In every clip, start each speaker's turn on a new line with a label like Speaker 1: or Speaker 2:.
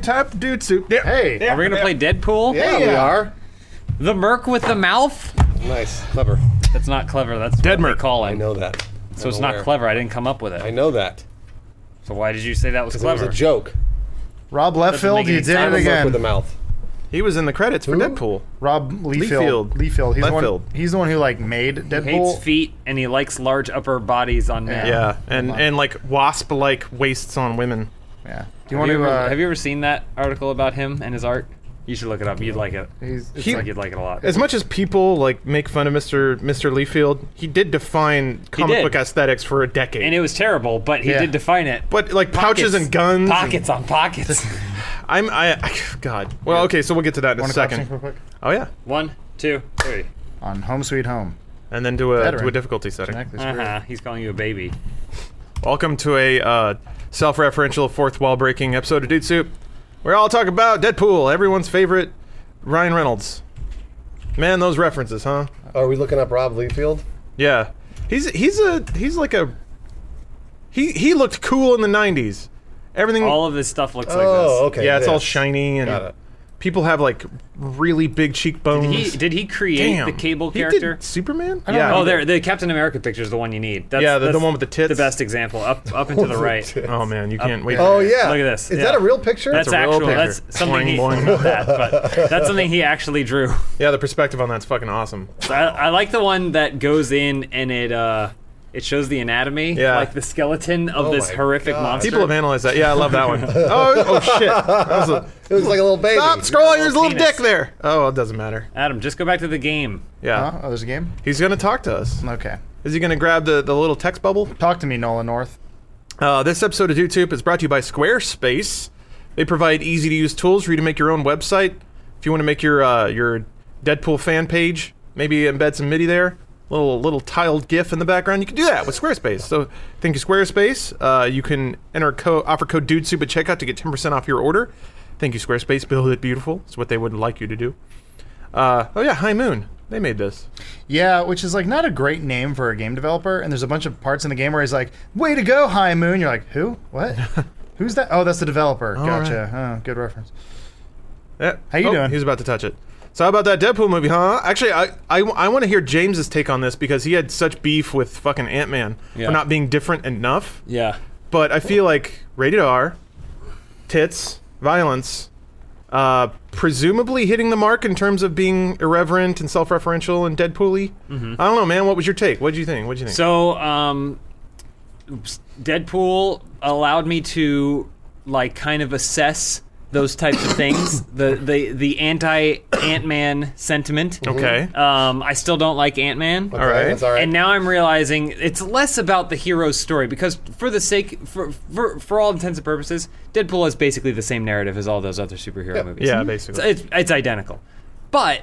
Speaker 1: Top dude soup. Hey,
Speaker 2: Are we gonna play Deadpool?
Speaker 3: Yeah, we
Speaker 1: Yeah.
Speaker 3: are.
Speaker 2: The Merc with the mouth?
Speaker 3: Nice, clever.
Speaker 2: That's not clever. That's
Speaker 1: Dead
Speaker 2: what they
Speaker 1: Merc.
Speaker 2: Call
Speaker 3: I
Speaker 2: it.
Speaker 3: know that.
Speaker 2: So
Speaker 3: I'm
Speaker 2: it's not
Speaker 3: aware.
Speaker 2: clever. I didn't come up with
Speaker 3: I
Speaker 2: it.
Speaker 3: know that.
Speaker 2: So why did you say that was
Speaker 3: 'Cause It was
Speaker 2: clever?
Speaker 3: a joke.
Speaker 1: Rob
Speaker 2: Doesn't
Speaker 1: Liefeld,
Speaker 2: make any
Speaker 1: you did
Speaker 2: sense.
Speaker 1: it
Speaker 3: Look with the
Speaker 1: again.
Speaker 3: mouth.
Speaker 4: He was in the credits for
Speaker 3: Who?
Speaker 4: Deadpool.
Speaker 1: Rob Liefeld.
Speaker 4: Liefeld.
Speaker 1: Liefeld. He's the one.
Speaker 4: Liefeld.
Speaker 1: He's the one who like made
Speaker 2: Hates
Speaker 1: Deadpool.
Speaker 2: feet and he likes large upper bodies on men.
Speaker 4: Yeah, and and like wasp-like waists on women.
Speaker 1: Yeah. Do you
Speaker 2: Have
Speaker 1: want
Speaker 2: you,
Speaker 1: to?
Speaker 2: ever,
Speaker 1: uh,
Speaker 2: have you ever seen that article about him and his art? You should look it up. You'd like it.
Speaker 1: He's, it's
Speaker 4: He-
Speaker 2: like you'd like it a lot.
Speaker 4: As much as people like make fun of Mr. Mr. Leafield, he did define comic
Speaker 2: did.
Speaker 4: book aesthetics for a decade.
Speaker 2: and it was terrible, but he
Speaker 1: Yeah.
Speaker 2: did define it.
Speaker 4: but like pouches and guns. and-
Speaker 2: Pockets on pockets.
Speaker 4: I'm I, I God. Well, okay, so we'll get to that in a
Speaker 1: wanna clap sync
Speaker 4: second.
Speaker 1: real quick?
Speaker 4: Oh yeah.
Speaker 2: One, two, three.
Speaker 1: On Home Sweet Home.
Speaker 4: And then do a
Speaker 1: Veteran.
Speaker 4: do a difficulty setting.
Speaker 1: Connect this grid.
Speaker 2: Uh-huh. He's calling you a baby.
Speaker 4: Welcome to a uh, self-referential fourth wall breaking episode of Dude Soup. Where I'll talk about Deadpool, everyone's favorite Ryan Reynolds. Man, those references, huh?
Speaker 3: Are we looking up Rob Leafield?
Speaker 4: Yeah, he's he's a he's like a he he looked cool in the '90s. Everything,
Speaker 2: All of this stuff looks
Speaker 3: oh,
Speaker 2: like
Speaker 3: okay.
Speaker 4: yeah, it's all
Speaker 3: this.
Speaker 4: shiny and
Speaker 3: Got it.
Speaker 4: people have like really big cheekbones.
Speaker 2: this. He, did he create
Speaker 4: Damn,
Speaker 2: the cable
Speaker 4: He did
Speaker 2: character?
Speaker 4: Superman?
Speaker 1: don't
Speaker 4: Yeah.
Speaker 1: know.
Speaker 2: Oh, there, the Captain America picture is the one you need. That's,
Speaker 4: Yeah, the- the
Speaker 2: that's
Speaker 4: one with the tits.
Speaker 2: The best example, up up and to the right.
Speaker 4: Oh man, you can't wait.
Speaker 3: Oh yeah.
Speaker 2: Look at this,
Speaker 3: Is
Speaker 2: yeah.
Speaker 3: that a real picture?
Speaker 2: That's
Speaker 4: a real
Speaker 2: actual.
Speaker 4: picture.
Speaker 2: That's something he
Speaker 4: Boing, boing.
Speaker 2: not that, but that's something he actually drew.
Speaker 4: yeah, the perspective on that's fucking awesome.
Speaker 2: So I, I like the one that goes in and it uh it shows the anatomy,
Speaker 4: Yeah.
Speaker 2: like the skeleton of this
Speaker 3: my
Speaker 2: horrific
Speaker 3: God.
Speaker 2: monster.
Speaker 4: People have analyzed that. Yeah, I love that one. oh, oh shit! That was a,
Speaker 3: it was like a little baby.
Speaker 4: stop scrolling. There's a little
Speaker 2: Penis.
Speaker 4: dick there. Uh-huh. Oh, it doesn't matter.
Speaker 2: Adam, just go back to the game.
Speaker 4: Yeah,
Speaker 1: Huh? Oh, there's a game.
Speaker 4: he's gonna talk to us.
Speaker 1: Okay.
Speaker 4: Is he gonna grab the the little text bubble?
Speaker 1: Talk to me, Nolan North.
Speaker 4: Uh, this episode of YouTube is brought to you by Squarespace. They provide easy to use tools for you to make your own website. If you want to make your uh, your Deadpool fan page, maybe embed some MIDI there, little little tiled GIF in the background. You can do that with Squarespace. So thank you Squarespace. Uh, you can enter co- offer code DudeSoup at checkout to get 10% off your order. Thank you Squarespace. Build it beautiful. It's what they would like you to do. Uh, oh yeah, High Moon. They made this.
Speaker 1: Yeah, which is like not a great name for a game developer. And there's a bunch of parts in the game where he's like, "Way to go, High Moon." You're like, "Who? What? Who's that? Oh, that's the developer. gotcha. Oh, good reference."
Speaker 4: Yeah.
Speaker 1: How you
Speaker 4: Oh,
Speaker 1: doing?
Speaker 4: He was about to touch it. So how about that Deadpool movie, huh? Actually, I I, want to hear James's take on this because he had such beef with fucking Ant Man
Speaker 2: Yeah.
Speaker 4: for not being different enough.
Speaker 2: Yeah.
Speaker 4: But I feel like rated R, tits, violence, uh, presumably hitting the mark in terms of being irreverent and self-referential and Deadpool-y. I don't know, man. What was your take? What did you think? What did you think?
Speaker 2: Mm-hmm. So, um, oops, Deadpool allowed me to like kind of assess those types of things. the the the anti Ant Man sentiment.
Speaker 4: okay.
Speaker 2: Um, I still don't like Ant Man.
Speaker 3: All
Speaker 4: right.
Speaker 3: That's all right.
Speaker 2: And now I'm realizing it's less about the hero's story because, for the sake, for for, for all intents and purposes, Deadpool has basically the same narrative as all those other superhero movies.
Speaker 4: yeah,
Speaker 2: it's,
Speaker 4: basically.
Speaker 2: it's it's identical, but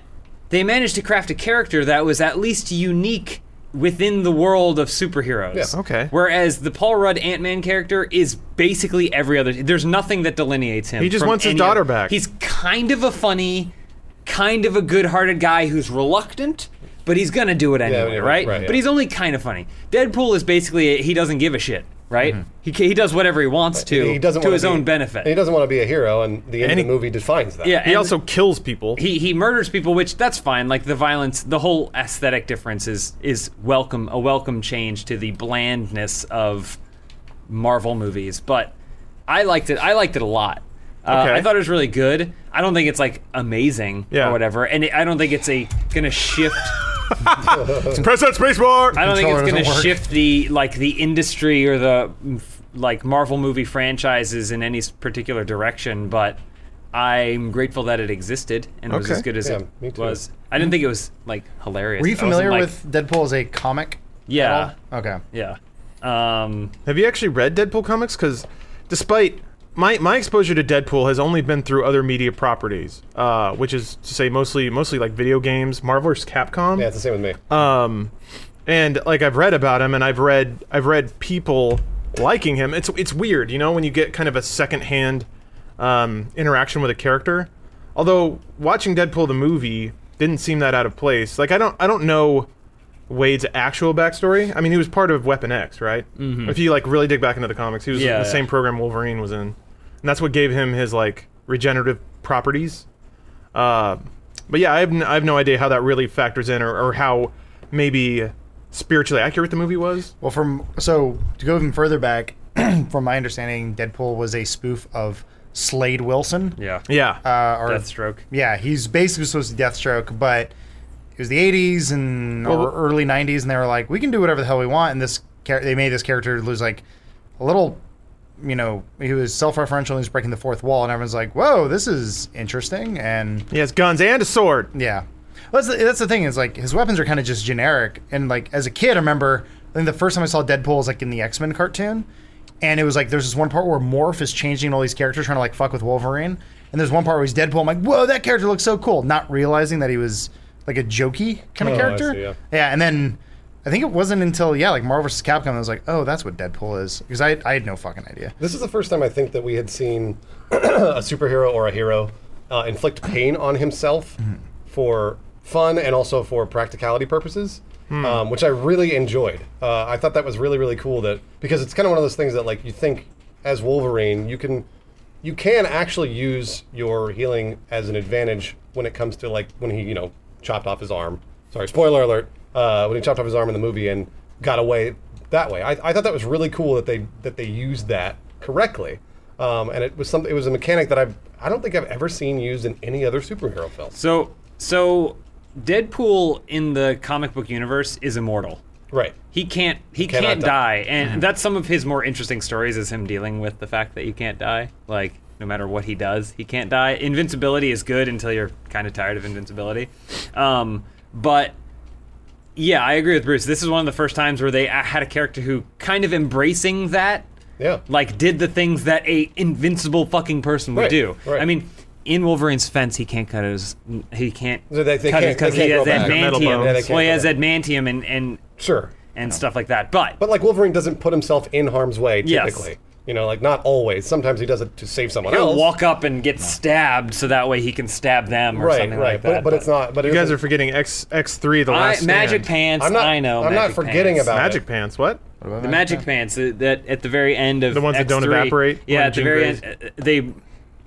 Speaker 2: they managed to craft a character that was at least unique within the world of superheroes.
Speaker 3: Yeah.
Speaker 4: Okay.
Speaker 2: Whereas the Paul Rudd Ant Man character is basically every other. There's nothing that delineates him.
Speaker 4: He just
Speaker 2: from
Speaker 4: wants his
Speaker 2: any other-
Speaker 4: daughter back.
Speaker 2: He's kind of a funny, kind of a good-hearted guy who's reluctant, but he's gonna do it anyway,
Speaker 3: yeah,
Speaker 2: right?
Speaker 3: right, right,
Speaker 2: But
Speaker 3: yeah.
Speaker 2: he's only kind of funny. Deadpool is basically he doesn't give a shit, right? He, ca- he does whatever he wants to
Speaker 3: Mm-hmm. he doesn't
Speaker 2: to
Speaker 3: wanna
Speaker 2: his
Speaker 3: be-
Speaker 2: own
Speaker 3: and he
Speaker 2: benefit.
Speaker 3: doesn't want to be a hero, and the end
Speaker 4: And
Speaker 3: of the
Speaker 4: he-
Speaker 3: movie defines that.
Speaker 2: Yeah,
Speaker 4: he
Speaker 2: and
Speaker 4: also kills people.
Speaker 2: he he murders people, which that's fine. Like the violence, the whole aesthetic difference is is welcome a welcome change to the blandness of Marvel movies. But I liked it. I liked it a lot. Uh,
Speaker 4: Okay.
Speaker 2: I thought it was really good. I don't think it's like amazing
Speaker 4: Yeah.
Speaker 2: or whatever, and it, I don't think it's a gonna shift.
Speaker 4: Press that space bar.
Speaker 2: I don't think it's
Speaker 1: Controller
Speaker 2: gonna
Speaker 1: doesn't work.
Speaker 2: shift the like the industry or the mm, f- like Marvel movie franchises in any s- particular direction, but. I'm grateful that it existed and was
Speaker 4: Okay.
Speaker 2: as good as
Speaker 3: Yeah, me
Speaker 2: it
Speaker 3: too.
Speaker 2: was. I didn't think it was like hilarious.
Speaker 1: Were you
Speaker 2: I wasn't,
Speaker 1: familiar
Speaker 2: like-
Speaker 1: with Deadpool as a comic?
Speaker 2: Yeah,
Speaker 1: Okay.
Speaker 2: yeah. Um,
Speaker 4: Have you actually read Deadpool comics? Because despite my my exposure to Deadpool has only been through other media properties, uh, which is to say mostly mostly like video games, Marvel vs. Capcom.
Speaker 3: Yeah, it's the same with me.
Speaker 4: Um, and like I've read about him, and I've read I've read people liking him. It's it's weird, you know, when you get kind of a secondhand um, interaction with a character. Although watching Deadpool the movie didn't seem that out of place. Like I don't I don't know Wade's actual backstory. I mean, he was part of Weapon X, right? If you like really dig back into the comics, he was
Speaker 2: Yeah,
Speaker 4: in the
Speaker 2: yeah.
Speaker 4: same program Wolverine was in. and that's what gave him his like regenerative properties. Uh, but yeah, I have, n- I have no idea how that really factors in, or, or how maybe spiritually accurate the movie was.
Speaker 1: Well, from so to go even further back, from my understanding, Deadpool was a spoof of Slade Wilson.
Speaker 2: Yeah.
Speaker 4: Yeah,
Speaker 1: Uh, or
Speaker 2: Deathstroke.
Speaker 1: Yeah, he's basically supposed to be Deathstroke, but it was the '80s and or early '90s, and they were like, we can do whatever the hell we want. And this char- they made this character lose like a little, you know, he was self-referential and he was breaking the fourth wall, and everyone's like, whoa, this is interesting. And
Speaker 4: he has guns and a sword.
Speaker 1: yeah, that's the, that's the thing is like his weapons are kind of just generic. And like as a kid, I remember I think the first time I saw Deadpool was like in the X Men cartoon, and it was like there's this one part where Morph is changing all these characters, trying to like fuck with Wolverine, and there's one part where he's Deadpool. I'm like, whoa, that character looks so cool, not realizing that he was like a jokey kind
Speaker 3: Oh,
Speaker 1: of
Speaker 3: I
Speaker 1: character.
Speaker 3: see, yeah.
Speaker 1: and then. I think it wasn't until yeah, like Marvel vs. Capcom, I was like, oh, that's what Deadpool is, because I, I had no fucking idea.
Speaker 3: This is the first time I think that we had seen a superhero or a hero uh, inflict pain on himself for fun and also for practicality purposes, um, which I really enjoyed. Uh, I thought that was really really cool that because it's kind of one of those things that like you think as Wolverine you can you can actually use your healing as an advantage when it comes to like when he you know chopped off his arm. Sorry, spoiler alert. Uh, when he chopped off his arm in the movie and got away that way, I, I thought that was really cool that they that they used that correctly, um, and it was something. It was a mechanic that I I don't think I've ever seen used in any other superhero film.
Speaker 2: So so Deadpool in the comic book universe is immortal.
Speaker 3: Right.
Speaker 2: He can't he
Speaker 3: Cannot
Speaker 2: can't die.
Speaker 3: die. Mm-hmm.
Speaker 2: And that's some of his more interesting stories is him dealing with the fact that you can't die. Like no matter what he does, he can't die. Invincibility is good until you're kind of tired of invincibility. Um, but yeah, I agree with Bruce. This is one of the first times where they uh, had a character who kind of embracing that
Speaker 3: Yeah.
Speaker 2: like did the things that a invincible fucking person would
Speaker 3: Right,
Speaker 2: do.
Speaker 3: right.
Speaker 2: I mean, in Wolverine's fence, he can't cut his. He can't
Speaker 3: They- they
Speaker 2: cut
Speaker 3: can't-
Speaker 2: because
Speaker 3: they
Speaker 2: he has
Speaker 3: can't grow back.
Speaker 4: Metal bones.
Speaker 2: adamantium.
Speaker 4: Yeah,
Speaker 3: they can't
Speaker 2: well, he
Speaker 3: grow
Speaker 2: has
Speaker 3: back.
Speaker 2: adamantium and and
Speaker 3: Sure.
Speaker 2: and stuff like that. But,
Speaker 3: But like Wolverine doesn't put himself in harm's way
Speaker 2: Yes.
Speaker 3: typically. You know, like not always. Sometimes he does it to save someone
Speaker 2: he'll
Speaker 3: else.
Speaker 2: walk up and get stabbed so that way he can stab them or
Speaker 3: right,
Speaker 2: something
Speaker 3: right.
Speaker 2: like
Speaker 3: but,
Speaker 2: that.
Speaker 3: but it's not. But
Speaker 4: You guys are forgetting X X three the
Speaker 2: I,
Speaker 4: last
Speaker 2: magic
Speaker 4: Stand.
Speaker 2: pants.
Speaker 3: I'm not-
Speaker 2: I know.
Speaker 3: I'm not
Speaker 2: magic
Speaker 3: forgetting
Speaker 2: pants.
Speaker 3: about
Speaker 4: Magic pants. What?
Speaker 2: The magic pants uh, that at the very end of
Speaker 4: The ones that don't
Speaker 2: X3,
Speaker 4: evaporate,
Speaker 2: Yeah,
Speaker 4: like
Speaker 2: at the
Speaker 4: Jean
Speaker 2: very
Speaker 4: Grey's.
Speaker 2: end, uh, they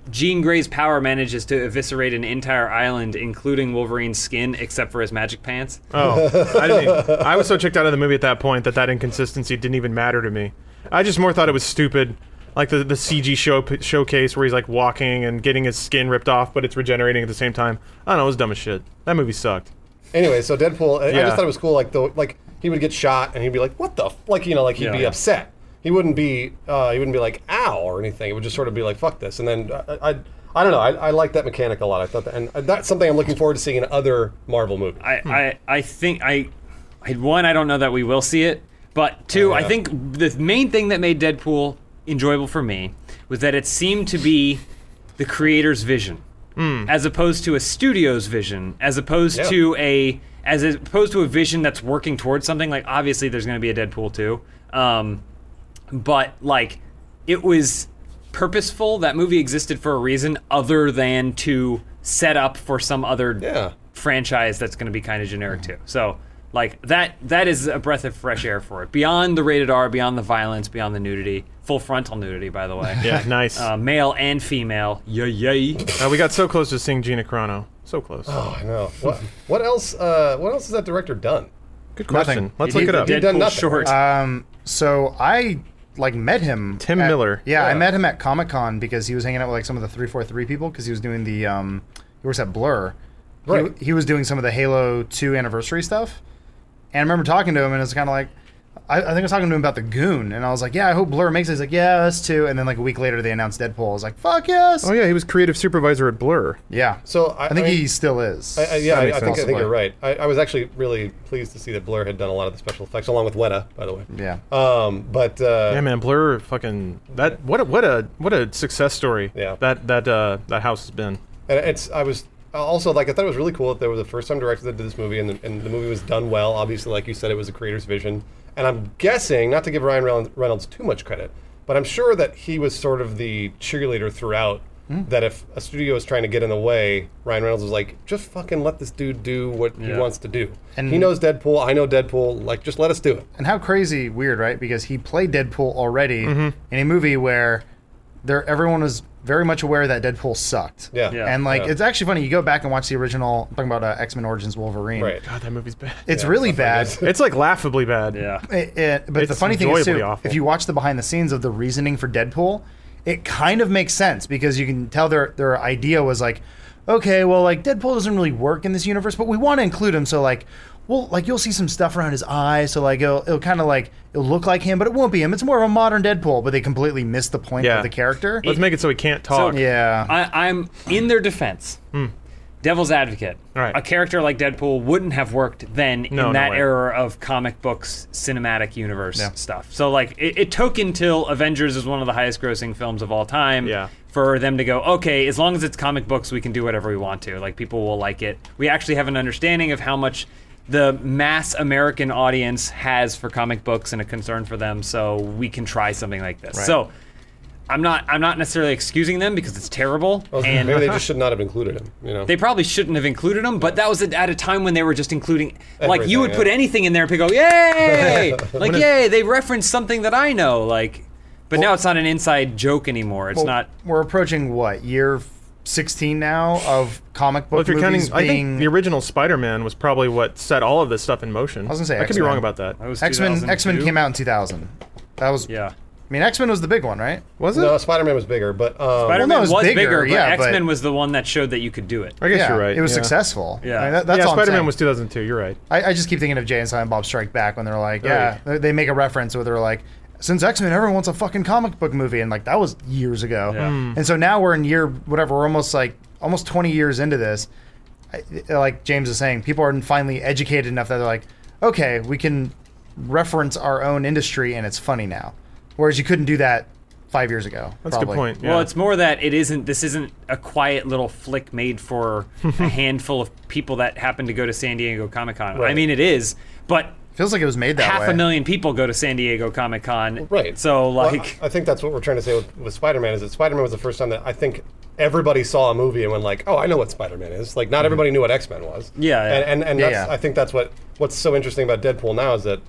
Speaker 2: Jean Grey's power manages to eviscerate an entire island, including Wolverine's skin, except for his magic pants.
Speaker 4: Oh, I didn't. Even, I was so checked out of the movie at that point that that inconsistency didn't even matter to me. I just more thought it was stupid, like the the CG show showcase where he's like walking and getting his skin ripped off, but it's regenerating at the same time. I don't know. It was dumb as shit. That movie sucked.
Speaker 3: Anyway, so Deadpool, I- I
Speaker 4: Yeah.
Speaker 3: just thought it was cool. Like the like he would get shot and he'd be like, "What the?" F-? Like you know, like he'd
Speaker 2: Yeah,
Speaker 3: be
Speaker 2: yeah.
Speaker 3: upset. He wouldn't be uh, he wouldn't be like "ow" or anything. It would just sort of be like "fuck this." And then uh, I I, I don't know. I, I like that mechanic a lot. I thought that, and uh, that's something I'm looking forward to seeing in other Marvel movies.
Speaker 2: I, I, I think I, I one I don't know that we will see it, but two
Speaker 3: Oh, yeah.
Speaker 2: I think the main thing that made Deadpool enjoyable for me was that it seemed to be the creator's vision, as opposed to a studio's vision, as opposed
Speaker 3: Hmm. Yeah.
Speaker 2: to a as opposed to a vision that's working towards something. Like obviously there's going to be a Deadpool two, um, but like it was purposeful. That movie existed for a reason other than to set up for some other
Speaker 3: Yeah.
Speaker 2: franchise that's going to be kind of generic too. So like that that is a breath of fresh air for it. Beyond the rated R, beyond the violence, beyond the nudity, full frontal nudity by the way.
Speaker 4: Yeah, nice.
Speaker 2: Uh, male and female. Yay yay.
Speaker 4: Uh, we got so close to seeing Gina Carano. So close.
Speaker 3: Oh, I know. What what else? Uh, what else has that director done?
Speaker 4: Good question.
Speaker 1: nothing.
Speaker 4: Let's
Speaker 1: He
Speaker 4: look it
Speaker 1: did-
Speaker 4: up.
Speaker 3: he did- done
Speaker 2: Deadpool
Speaker 3: nothing. Uh,
Speaker 2: short.
Speaker 1: Um, so I like met him.
Speaker 4: Tim
Speaker 1: at-
Speaker 4: Miller.
Speaker 1: Yeah, I
Speaker 3: Yeah.
Speaker 1: met him at Comic Con because he was hanging out with like some of the three four three people because he was doing the um, he works at Blur. He-
Speaker 3: Right.
Speaker 1: He, was doing some of the Halo Two anniversary stuff, and I remember talking to him, and it's kind of like. I, I think I was talking to him about the Goon, and I was like, "Yeah, I hope Blur makes it." He's like, "Yeah, us too." And then like a week later, they announced Deadpool. I was like, "Fuck yes!"
Speaker 4: Oh yeah, he was creative supervisor at Blur.
Speaker 1: Yeah.
Speaker 3: So I,
Speaker 1: I think
Speaker 3: I mean-
Speaker 1: he still is.
Speaker 3: I, I, yeah,
Speaker 4: That
Speaker 3: I,
Speaker 4: makes
Speaker 3: I think I
Speaker 4: sense.
Speaker 3: think you're right. I, I was actually really pleased to see that Blur had done a lot of the special effects, along with Weta, by the way.
Speaker 1: Yeah.
Speaker 3: Um, but uh,
Speaker 4: Yeah, man, Blur, fucking that. What a what a what a success story.
Speaker 3: Yeah.
Speaker 4: That that uh, that house has been.
Speaker 3: And it's I was also like I thought it was really cool that there was the first time director that did this movie, and the, and the movie was done well. Obviously, like you said, it was a creator's vision. And I'm guessing not to give Ryan Reynolds- Reynolds too much credit, but I'm sure that he was sort of the cheerleader throughout.
Speaker 2: Hmm.
Speaker 3: That if a studio is trying to get in the way, Ryan Reynolds was like, just fucking let this dude do what he
Speaker 2: Yeah.
Speaker 3: wants to do.
Speaker 1: And-
Speaker 3: he knows Deadpool. I know Deadpool. Like, just let us do it.
Speaker 1: and how
Speaker 3: Mm-hmm.
Speaker 1: crazy weird right because he played deadpool already in a movie where there everyone was very much aware that Deadpool sucked.
Speaker 3: Yeah.
Speaker 2: Yeah.
Speaker 1: And like,
Speaker 3: Yeah.
Speaker 1: it's actually funny. You go back and watch the original. Talking about uh, X Men Origins Wolverine.
Speaker 3: Right.
Speaker 4: God, that movie's bad.
Speaker 1: It's really bad.
Speaker 4: It's like laughably bad.
Speaker 2: Yeah.
Speaker 1: It, it- but the
Speaker 4: It's
Speaker 1: funny thing is
Speaker 4: enjoyably
Speaker 1: too,
Speaker 4: awful.
Speaker 1: if you watch the behind the scenes of the reasoning for Deadpool, it kind of makes sense because you can tell their their idea was like, okay, well, like Deadpool doesn't really work in this universe, but we want to include him, so like. Well, like you'll see some stuff around his eyes, so like it'll, it'll kind of like it'll look like him, but it won't be him. It's more of a modern Deadpool, but they completely missed the point
Speaker 4: Yeah.
Speaker 1: of the character.
Speaker 4: Let's make it so he can't talk.
Speaker 1: yeah,
Speaker 2: I, I'm in their defense. Devil's advocate.
Speaker 4: Hmm. Right.
Speaker 2: A character like Deadpool wouldn't have worked then
Speaker 4: No, no
Speaker 2: in that
Speaker 4: way.
Speaker 2: era of comic books, cinematic universe
Speaker 1: Yeah.
Speaker 2: stuff. So like it, it took until Avengers is one of the highest grossing films of all time
Speaker 4: Yeah.
Speaker 2: for them to go, okay, as long as it's comic books, we can do whatever we want to. Like people will like it. We actually have an understanding of how much the mass American audience has for comic books and a concern for them, so we can try something like this. So I'm not I'm not necessarily excusing them because it's terrible and
Speaker 3: maybe they just should not have included him. You know.
Speaker 2: they probably shouldn't have included them, but that was at a time when they were just including like you would
Speaker 3: Everything,
Speaker 2: put
Speaker 3: yeah.
Speaker 2: anything in there and people go, "Yay!" like, "Yay, they referenced something that I know." Like but now it's not an inside joke anymore. It's
Speaker 1: Well,
Speaker 2: not
Speaker 1: We're approaching what year sixteen now of comic book
Speaker 4: Well, if you're counting,
Speaker 1: movies
Speaker 4: I
Speaker 1: being
Speaker 4: think the original Spider-Man was probably what set all of this stuff in motion. I
Speaker 1: was gonna say
Speaker 4: I could be
Speaker 1: X-Men.
Speaker 4: wrong about that.
Speaker 1: X Men. X Men came out in two thousand. That was
Speaker 2: Yeah.
Speaker 1: I mean, X Men was the big one, right?
Speaker 4: Was it?
Speaker 3: no, Spider Man was bigger, but um,
Speaker 2: Spider-Man
Speaker 1: no, it
Speaker 2: was,
Speaker 1: was
Speaker 2: bigger,
Speaker 1: bigger,
Speaker 2: but
Speaker 1: yeah, but-
Speaker 2: X-Men was the one that showed that you could do it.
Speaker 4: I guess you're right.
Speaker 1: It was
Speaker 4: yeah.
Speaker 1: successful.
Speaker 2: Yeah.
Speaker 1: I mean, that- that's
Speaker 4: yeah,
Speaker 1: all I'm
Speaker 4: Spider-Man
Speaker 1: saying.
Speaker 4: was 2002. You're right.
Speaker 1: I, I just keep thinking of Jay and Silent Bob Strike Back when they're like,
Speaker 4: Oh, yeah.
Speaker 1: yeah, they- they make a reference where they're like, since X Men, everyone wants a fucking comic book movie, and like that was years ago.
Speaker 2: Yeah. Hmm.
Speaker 1: And so now we're in year whatever. We're almost like almost 20 years into this. I, like James is saying, people are finally educated enough that they're like, okay, we can reference our own industry, and it's funny now. Whereas you couldn't do that five years ago.
Speaker 4: That's a good
Speaker 1: probably.
Speaker 4: point.
Speaker 2: Well,
Speaker 4: yeah.
Speaker 2: it's more that it isn't. This isn't a quiet little flick made for a handful of people that happen to go to San Diego Comic Con. I
Speaker 3: Right.
Speaker 2: mean, it is, but
Speaker 1: Feels like it was made that
Speaker 2: half
Speaker 1: way.
Speaker 2: a million people go to San Diego Comic Con.
Speaker 3: right.
Speaker 2: So,
Speaker 3: Well,
Speaker 2: like,
Speaker 3: I I think that's what we're trying to say with, with Spider Man is that Spider Man was the first time that I think everybody saw a movie and went like, oh, I know what Spider Man is. Like, not everybody knew what X Men was.
Speaker 2: Mm-hmm. Yeah, yeah.
Speaker 3: And and, and
Speaker 1: Yeah,
Speaker 3: that's,
Speaker 1: yeah.
Speaker 3: I think that's what what's so interesting about Deadpool now is that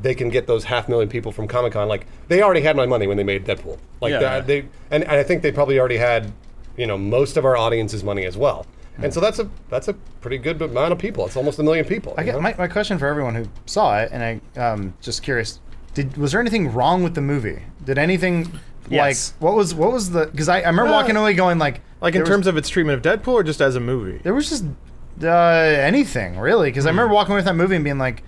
Speaker 3: they can get those half million people from Comic Con. Like, they already had my money when they made Deadpool. Like,
Speaker 2: Yeah,
Speaker 3: they-
Speaker 2: yeah.
Speaker 3: they and, and I think they probably already had you know most of our audience's money as well.
Speaker 2: Mm-hmm.
Speaker 3: And so that's a that's a pretty good amount of people. It's almost a million people.
Speaker 1: I
Speaker 3: you
Speaker 1: get,
Speaker 3: know?
Speaker 1: my, my question for everyone who saw it, and I um, just curious, did was there anything wrong with the movie? Did anything
Speaker 2: Yes.
Speaker 1: like
Speaker 2: Uh,
Speaker 1: what was what was the? Because I, I remember walking away going like
Speaker 4: like in terms of its treatment of Deadpool, or just as a movie.
Speaker 1: there was just uh, anything really because I
Speaker 2: Hmm.
Speaker 1: remember walking away with that movie and being like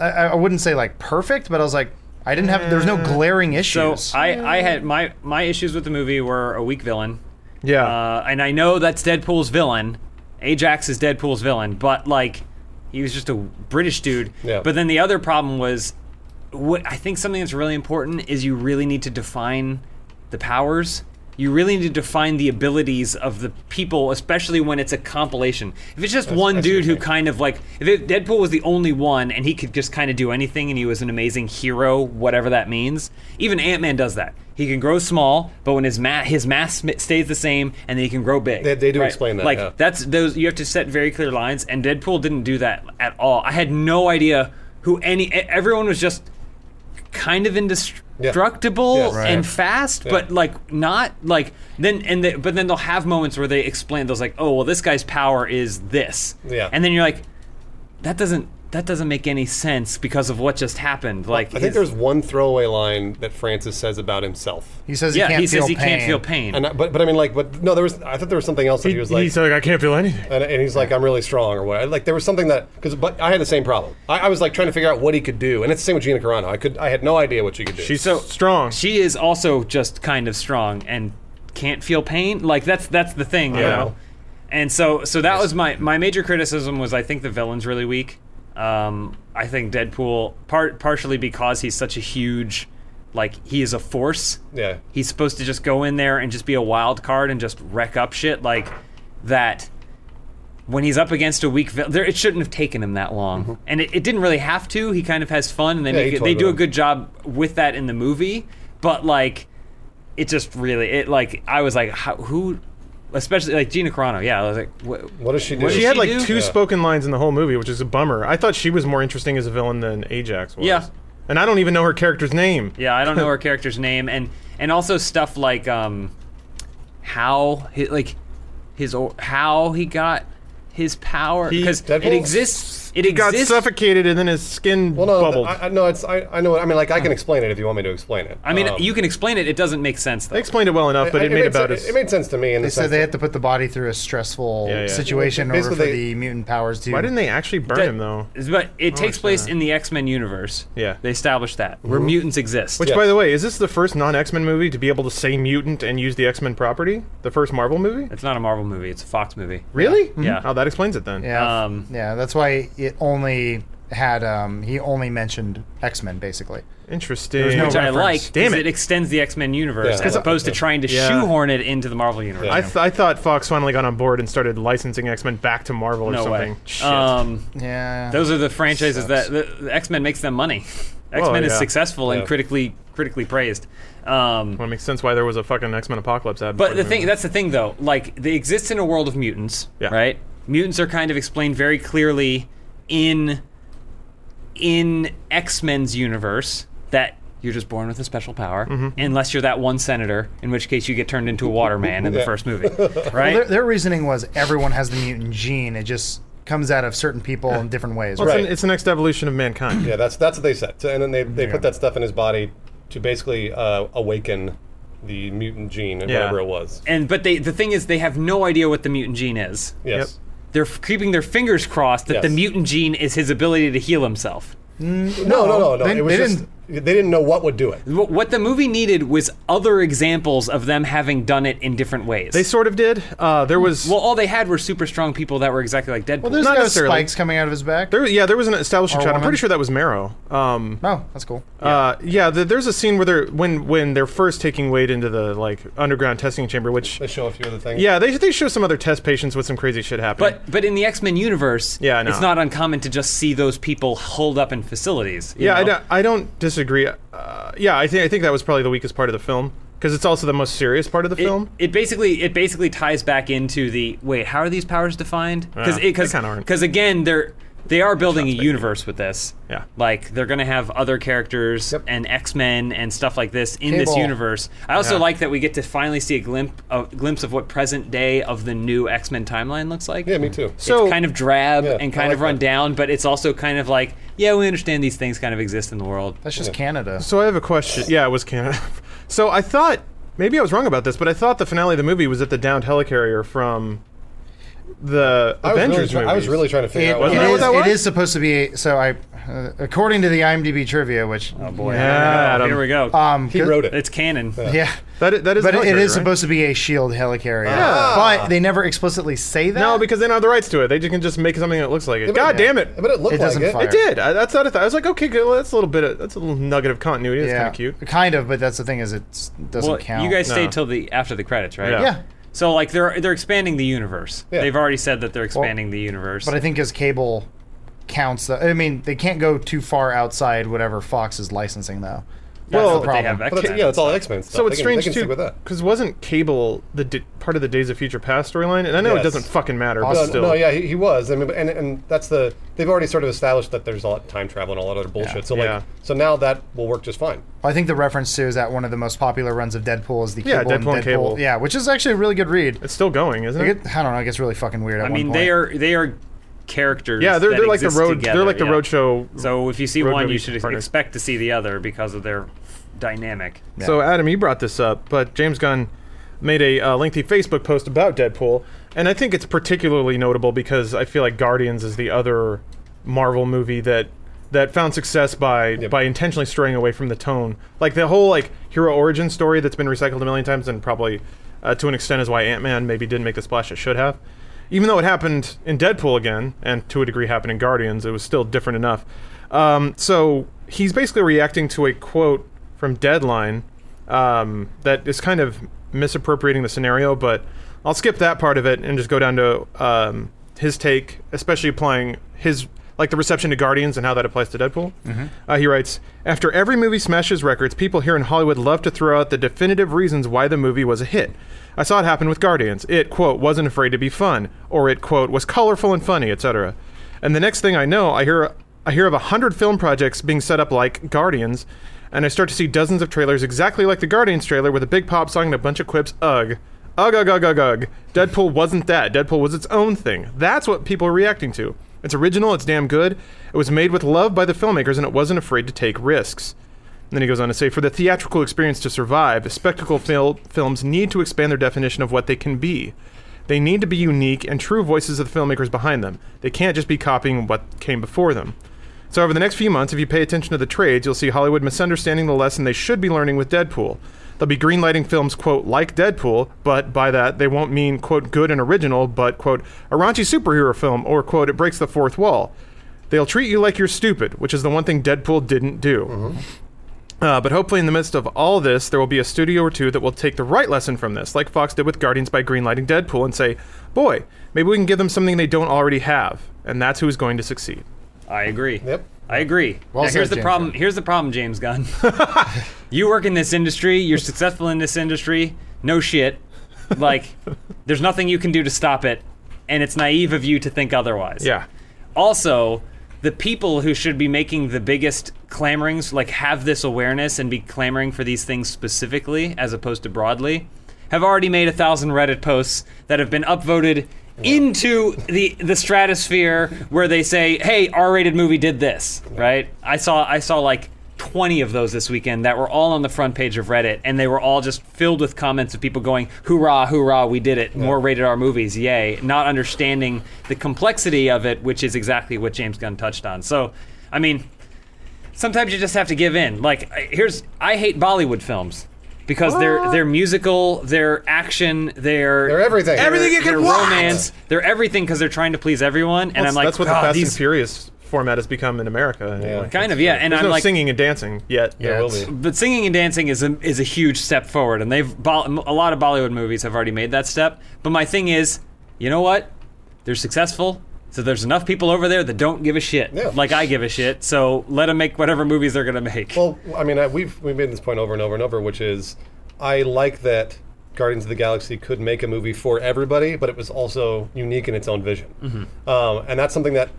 Speaker 1: I, I wouldn't say like perfect, but I was like I didn't have there was no glaring
Speaker 2: Uh, so
Speaker 1: issues.
Speaker 2: I, I had my my issues with the movie were a weak villain,
Speaker 4: Yeah.
Speaker 2: uh, and I know that's Deadpool's villain. Ajax is Deadpool's villain, but like, he was just a British dude.
Speaker 3: Yeah.
Speaker 2: But then the other problem was, what I think something that's really important is you really need to define the powers. You really need to define the abilities of the people, especially when it's a compilation. If it's just one
Speaker 3: I see what
Speaker 2: dude
Speaker 3: you
Speaker 2: who
Speaker 3: mean.
Speaker 2: kind of like, if it, Deadpool was the only one and he could just kind of do anything and he was an amazing hero, whatever that means, even Ant Man does that. He can grow small, but when his ma- his mass sm- stays the same, and then he can grow big.
Speaker 3: They- they do explain that,
Speaker 2: Like
Speaker 3: yeah.
Speaker 2: that's those you have to set very clear lines, and Deadpool didn't do that at all. I had no idea who any e- everyone was just kind of indestructible
Speaker 3: Yeah. Right.
Speaker 2: and fast, but like not like then and the, but then they'll have moments where they explain those like oh well this guy's power is this
Speaker 3: Yeah.
Speaker 2: and then you're like that doesn't that doesn't make any sense because of what just happened like
Speaker 3: I think
Speaker 2: his-
Speaker 3: there's one throwaway line that Francis says about himself.
Speaker 1: he says he
Speaker 2: yeah
Speaker 1: can't
Speaker 2: he says
Speaker 1: feel
Speaker 2: he
Speaker 1: pain.
Speaker 2: can't feel pain
Speaker 3: And I, but but I mean like but no there was I thought there was something else that he, was like
Speaker 4: he's like, I can't feel anything.
Speaker 3: and, and he's like I'm really strong or what like there was something that because but I had the same problem I, I was like trying to figure out what he could do and it's the same with Gina Carano I could I had no idea what she could do
Speaker 4: She's
Speaker 2: So-
Speaker 4: strong.
Speaker 2: she is also just kind of strong and can't feel pain. Like that's that's the thing, you
Speaker 4: Yeah.
Speaker 2: know. And so so that was my my major criticism was I think the villain's really weak. Um, I think Deadpool part partially because he's such a huge like he is a force.
Speaker 3: Yeah.
Speaker 2: He's supposed to just go in there and just be a wild card and just wreck up shit like that when he's up against a weak villain, it shouldn't have taken him that long, and it, it didn't really have to. He kind of has fun, and they
Speaker 3: Mm-hmm. Yeah,
Speaker 2: make
Speaker 3: he
Speaker 2: it, they
Speaker 3: toyed
Speaker 2: do a
Speaker 3: with him.
Speaker 2: good job with that in the movie. But like, it just really it like I was like, how, who, especially like Gina Carano, yeah, I was like, wh-
Speaker 3: what does she do
Speaker 2: What does
Speaker 4: She had like
Speaker 2: do?
Speaker 4: two
Speaker 2: Yeah.
Speaker 4: spoken lines in the whole movie, which is a bummer. I thought she was more interesting as a villain than Ajax was.
Speaker 2: Yeah.
Speaker 4: And I don't even know her character's name.
Speaker 2: Yeah, I don't know her character's name, and and also stuff like um, how hi like his or- how he got his power
Speaker 4: He-
Speaker 2: because it
Speaker 3: Deadpool?
Speaker 2: exists. It
Speaker 4: He got
Speaker 2: exists.
Speaker 4: suffocated and then his skin
Speaker 3: Well, no,
Speaker 4: bubbled.
Speaker 3: I, I, no, it's I, I know. I mean, like I can explain it if you want me to explain it.
Speaker 2: I
Speaker 4: Oh.
Speaker 2: mean,
Speaker 3: Um,
Speaker 2: you can explain it. It doesn't make sense though.
Speaker 4: I explained it well enough, but
Speaker 3: I-
Speaker 4: it, made about
Speaker 3: se-
Speaker 4: as
Speaker 3: it made sense to me. In
Speaker 1: They
Speaker 3: the sense
Speaker 1: said they
Speaker 3: that-
Speaker 1: had to put the body through a stressful
Speaker 4: Yeah, yeah.
Speaker 1: situation in order for
Speaker 3: Basically, they-
Speaker 1: the mutant powers to.
Speaker 4: Why didn't they actually burn him though?
Speaker 2: But it takes place in the X Men universe.
Speaker 4: Yeah. Mm-hmm.
Speaker 2: they established that where mutants exist.
Speaker 4: Which,
Speaker 3: Yes.
Speaker 4: by the way, is this the first non X Men movie to be able to say mutant and use the X Men property? The first Marvel movie?
Speaker 2: it's not a Marvel movie. It's a Fox movie.
Speaker 4: Really?
Speaker 2: Yeah.
Speaker 4: Oh, that explains it then.
Speaker 1: Yeah,
Speaker 2: Um,
Speaker 1: yeah. That's why it only had. Um, he only mentioned X Men basically.
Speaker 4: Interesting.
Speaker 1: no
Speaker 2: Which I
Speaker 1: reference.
Speaker 2: like.
Speaker 4: Damn
Speaker 2: 'cause
Speaker 4: it.
Speaker 2: it. extends the X Men universe
Speaker 3: Yeah.
Speaker 2: as opposed to trying to
Speaker 4: Yeah.
Speaker 2: shoehorn it into the Marvel universe.
Speaker 4: I, th- I thought Fox finally got on board and started licensing X Men back to Marvel or
Speaker 2: no
Speaker 4: something.
Speaker 2: way.
Speaker 4: Shit.
Speaker 2: Um,
Speaker 1: Yeah.
Speaker 2: those are the franchises
Speaker 1: Sucks.
Speaker 2: that the, the X Men makes them money. X Men is
Speaker 4: yeah.
Speaker 2: successful and
Speaker 3: Yeah.
Speaker 2: critically critically praised. Um,
Speaker 4: well, it makes sense why there was a fucking X Men Apocalypse ad.
Speaker 2: But
Speaker 4: for
Speaker 2: the
Speaker 4: movie.
Speaker 2: thing that's the thing though, like they exist in a world of mutants,
Speaker 4: Yeah.
Speaker 2: right? Mutants are kind of explained very clearly in in X-Men's universe that you're just born with a special power unless you're that one senator, in which case you get turned into a waterman in the
Speaker 3: Yeah.
Speaker 2: first movie. Right?
Speaker 1: Their, their reasoning was everyone has the mutant gene. It just comes out of certain people in different ways.
Speaker 4: It's,
Speaker 1: Right.
Speaker 4: an- it's the next evolution of mankind.
Speaker 3: Yeah, that's that's what they said. So, and then they, they put that stuff in his body to basically uh, awaken the mutant gene, and
Speaker 4: Yeah.
Speaker 3: whatever it was.
Speaker 2: and but they the thing is they have no idea what the mutant gene is.
Speaker 3: Yes.
Speaker 2: They're f- keeping their fingers crossed that the
Speaker 3: Yes.
Speaker 2: mutant gene is his ability to heal himself.
Speaker 3: No, no, no, no.
Speaker 1: They-
Speaker 3: it was
Speaker 1: they
Speaker 3: just they didn't know what would do it.
Speaker 2: Wh- What the movie needed was other examples of them having done it in different ways.
Speaker 4: They sort of did. Uh, there was.
Speaker 2: Well, all they had were super strong people that were exactly like Deadpool.
Speaker 1: There's
Speaker 4: not
Speaker 1: no
Speaker 4: necessarily.
Speaker 1: spikes coming out of his back.
Speaker 4: there, yeah, there was an establishing
Speaker 1: Or
Speaker 4: shot. I'm
Speaker 1: woman.
Speaker 4: pretty sure that was Marrow. Um,
Speaker 1: oh, that's cool.
Speaker 4: Uh, yeah, th there's a scene where they're when when they're first taking Wade into the like underground testing chamber, which
Speaker 3: They show a few other things.
Speaker 4: yeah, they they show some other test patients with some crazy shit happening.
Speaker 2: but but in the X Men universe,
Speaker 4: Yeah, I know.
Speaker 2: it's not uncommon to just see those people holed up in facilities. you
Speaker 4: yeah, I
Speaker 2: know?
Speaker 4: don't, I don't disagree. Uh, yeah, I think I think that was probably the weakest part of the film because it's also the most serious part of the film.
Speaker 2: It, it basically it basically ties back into the wait. How are these powers defined? Because
Speaker 4: Yeah, they
Speaker 2: because
Speaker 4: kinda aren't.
Speaker 2: again they're they are building a universe with this.
Speaker 4: Yeah.
Speaker 2: like they're gonna have other characters
Speaker 3: Yep.
Speaker 2: and X Men and stuff like this in this
Speaker 1: Cable.
Speaker 2: universe. I also
Speaker 4: Yeah.
Speaker 2: like that we get to finally see a glimpse of, glimpse of what present day of the new X Men timeline looks like.
Speaker 3: Yeah, me too.
Speaker 4: So
Speaker 2: it's kind of drab
Speaker 3: Yeah,
Speaker 2: and
Speaker 3: I
Speaker 2: kind
Speaker 3: like
Speaker 2: of run
Speaker 3: that.
Speaker 2: down, but it's also kind of like, yeah, we understand these things kind of exist in the world.
Speaker 1: That's just Canada.
Speaker 4: So I have a question. Yeah, it was Canada. so I thought maybe I was wrong about this, but I thought the finale of the movie was at the downed helicarrier from the
Speaker 3: I was, really,
Speaker 4: Avengers
Speaker 3: try- I was
Speaker 4: movies.
Speaker 3: really trying to figure
Speaker 1: It-
Speaker 3: out. What
Speaker 4: Wasn't that
Speaker 1: it,
Speaker 4: what
Speaker 1: is,
Speaker 4: that
Speaker 1: it
Speaker 4: was?
Speaker 1: is supposed to be. So I, uh, according to the IMDb trivia, which oh
Speaker 2: Boy,
Speaker 4: Yeah,
Speaker 2: I don't know.
Speaker 4: Adam.
Speaker 2: here we go.
Speaker 1: um,
Speaker 3: he wrote it.
Speaker 2: it's canon.
Speaker 1: Yeah,
Speaker 4: That i- that is
Speaker 1: but
Speaker 4: a
Speaker 1: it- it is
Speaker 4: helicarrier, right?
Speaker 1: supposed to be a shield helicarrier.
Speaker 4: Ah.
Speaker 1: But they never explicitly say that.
Speaker 4: No, because they don't have the rights to it. They ju- can just make something that looks like it. God damn it!
Speaker 3: But it looked
Speaker 1: It
Speaker 3: like
Speaker 1: doesn't
Speaker 3: it.
Speaker 1: fire.
Speaker 4: It did. I, that's what I thought. I was like, okay, good. Well, that's a little bit. Of, that's a little nugget of continuity. That's kind of cute.
Speaker 1: Kind of, but that's the thing is it doesn't
Speaker 2: well,
Speaker 1: count.
Speaker 2: you guys
Speaker 4: No.
Speaker 2: stayed till the after the credits, right?
Speaker 4: Yeah.
Speaker 1: yeah.
Speaker 2: So like they're they're expanding the universe.
Speaker 3: Yeah.
Speaker 2: They've already said that they're expanding the universe.
Speaker 1: But I think as cable counts, the, I mean, they can't go too far outside whatever Fox is licensing, though. That's the
Speaker 2: but
Speaker 4: Well,
Speaker 2: they
Speaker 1: problem.
Speaker 2: have
Speaker 3: But
Speaker 2: X-Men.
Speaker 3: that's, yeah, that's all X Men stuff.
Speaker 4: So it's
Speaker 3: they can, they
Speaker 4: strange
Speaker 3: can
Speaker 4: too,
Speaker 3: Stick with that.
Speaker 4: because wasn't Cable the di- part of the Days of Future Past storyline? And I know it
Speaker 3: Yes.
Speaker 4: doesn't fucking matter, but
Speaker 1: No,
Speaker 3: No,
Speaker 4: still.
Speaker 3: no, yeah, he, he was. I mean, and and that's the they've already sort of established that there's a lot of time travel and all that other bullshit. So like,
Speaker 4: Yeah.
Speaker 3: so now that will work just fine.
Speaker 1: I think the reference to is that one of the most popular runs of Deadpool is the
Speaker 4: Yeah,
Speaker 1: cable
Speaker 4: Deadpool
Speaker 1: and
Speaker 4: and
Speaker 1: Deadpool.
Speaker 4: Cable.
Speaker 1: Yeah, which is actually a really good read.
Speaker 4: It's still going, isn't
Speaker 1: I,
Speaker 4: it?
Speaker 1: get, I don't know. It gets really fucking weird. At
Speaker 2: I
Speaker 1: one
Speaker 2: mean
Speaker 1: point.
Speaker 2: they are they are characters.
Speaker 4: Yeah, they're
Speaker 2: that
Speaker 4: they're like the
Speaker 2: exist
Speaker 4: road.
Speaker 2: together,
Speaker 4: they're like the
Speaker 2: yeah.
Speaker 4: roadshow.
Speaker 2: So if you see
Speaker 4: road
Speaker 2: one, you
Speaker 4: movie
Speaker 2: should ex-
Speaker 4: partners.
Speaker 2: expect to see the other because of their dynamic.
Speaker 4: So Adam, you brought this up, but James Gunn made a uh, lengthy Facebook post about Deadpool, and I think it's particularly notable because I feel like Guardians is the other Marvel movie that that found success by by intentionally straying away from the tone. Like the whole like hero origin story that's been recycled a million times, and probably uh, to an extent is why Ant Man maybe didn't make the splash it should have. Even though it happened in Deadpool again, and to a degree happened in Guardians, it was still different enough. Um, so he's basically reacting to a quote from Deadline um, that is kind of misappropriating the scenario, but I'll skip that part of it and just go down to um, his take, especially applying his like the reception to Guardians and how that applies to Deadpool. Uh, he writes, after every movie smashes records, people here in Hollywood love to throw out the definitive reasons why the movie was a hit. I saw it happen with Guardians. It quote wasn't afraid to be fun, or it quote was colorful and funny, etc. And the next thing I know, I hear I hear of a hundred film projects being set up like Guardians, and I start to see dozens of trailers exactly like the Guardians trailer with a big pop song and a bunch of quips. Ugh. ugh, ugh, ugh, ugh, ugh. Deadpool wasn't that. Deadpool was its own thing. That's what people are reacting to. It's original, it's damn good. It was made with love by the filmmakers, and it wasn't afraid to take risks. And then he goes on to say, for the theatrical experience to survive, spectacle fil- films need to expand their definition of what they can be. They need to be unique and true voices of the filmmakers behind them. They can't just be copying what came before them. So, over the next few months, if you pay attention to the trades, you'll see Hollywood misunderstanding the lesson they should be learning with Deadpool. They'll be greenlighting films, quote, like Deadpool, but by that, they won't mean, quote, good and original, but, quote, a raunchy superhero film, or, quote, it breaks the fourth wall. They'll treat you like you're stupid, which is the one thing Deadpool didn't do. Uh, but hopefully, in the midst of all this, there will be a studio or two that will take the right lesson from this, like Fox did with Guardians by greenlighting Deadpool, and say, boy, maybe we can give them something they don't already have. And that's who's going to succeed.
Speaker 2: I agree.
Speaker 3: Yep.
Speaker 2: I agree.
Speaker 1: Well
Speaker 2: now, here's
Speaker 1: said,
Speaker 2: the
Speaker 1: James
Speaker 2: problem. Here's the problem, James Gunn. you work in this industry. You're successful in this industry. No shit. Like, there's nothing you can do to stop it, and it's naive of you to think otherwise.
Speaker 4: Yeah.
Speaker 2: also the people who should be making the biggest clamorings like have this awareness and be clamoring for these things specifically as opposed to broadly have already made a thousand reddit posts that have been upvoted into the the stratosphere where they say hey r-rated movie did this right i saw i saw like 20 of those this weekend that were all on the front page of Reddit, and they were all just filled with comments of people going, hoorah, hoorah, we did it, more rated R movies, yay, not understanding the complexity of it, which is exactly what James Gunn touched on. So, I mean, sometimes you just have to give in. Like, I- here's, I hate Bollywood films. Because they're they're musical, they're action, they're
Speaker 3: They're everything. Everything
Speaker 4: you can
Speaker 2: they're
Speaker 4: want.
Speaker 2: romance, they're everything because they're trying to please everyone. And I'm like,
Speaker 4: that's what
Speaker 2: "God,
Speaker 4: the Fast
Speaker 2: these
Speaker 4: and Furious format has become in America. anyway.
Speaker 2: kind of yeah. And
Speaker 4: There's
Speaker 2: I'm
Speaker 4: no
Speaker 2: like,
Speaker 4: singing and dancing yet.
Speaker 3: There will
Speaker 1: it's-
Speaker 3: be.
Speaker 2: but singing and dancing is a, is a huge step forward, and they've Bo- a lot of Bollywood movies have already made that step. But my thing is, you know what? They're successful, so there's enough people over there that don't give a shit,
Speaker 3: Yeah.
Speaker 2: like I give a shit. So let them make whatever movies they're gonna make.
Speaker 3: Well, I mean, I, we've we've made this point over and over and over, which is, I like that Guardians of the Galaxy could make a movie for everybody, but it was also unique in its own vision, um, and that's something that,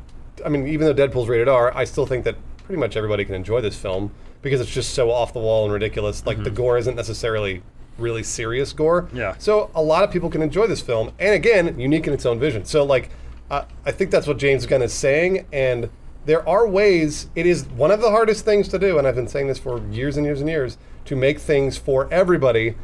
Speaker 3: I mean, even though Deadpool's rated R, I still think that pretty much everybody can enjoy this film because it's just so off the wall and ridiculous. Like the gore isn't necessarily really serious gore,
Speaker 2: Yeah.
Speaker 3: So a lot of people can enjoy this film, and again, unique in its own vision. So like, I I think that's what James Gunn is saying, and there are ways. It is one of the hardest things to do, and I've been saying this for years and years and years to make things for everybody,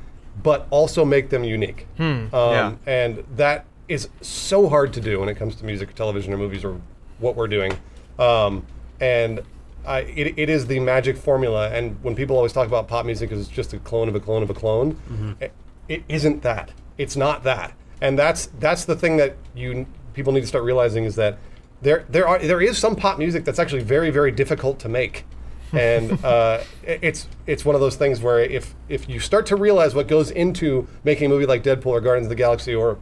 Speaker 3: but also make them unique. um,
Speaker 4: yeah.
Speaker 3: And that is so hard to do when it comes to music or television or movies or what we're doing. Um, and I, it, it is the magic formula. And when people always talk about pop music as just a clone of a clone of a clone, it, it isn't that. It's not that. And that's that's the thing that you people need to start realizing is that there there are there is some pop music that's actually very very difficult to make. and uh, i- it's it's one of those things where if if you start to realize what goes into making a movie like Deadpool or Guardians of the Galaxy or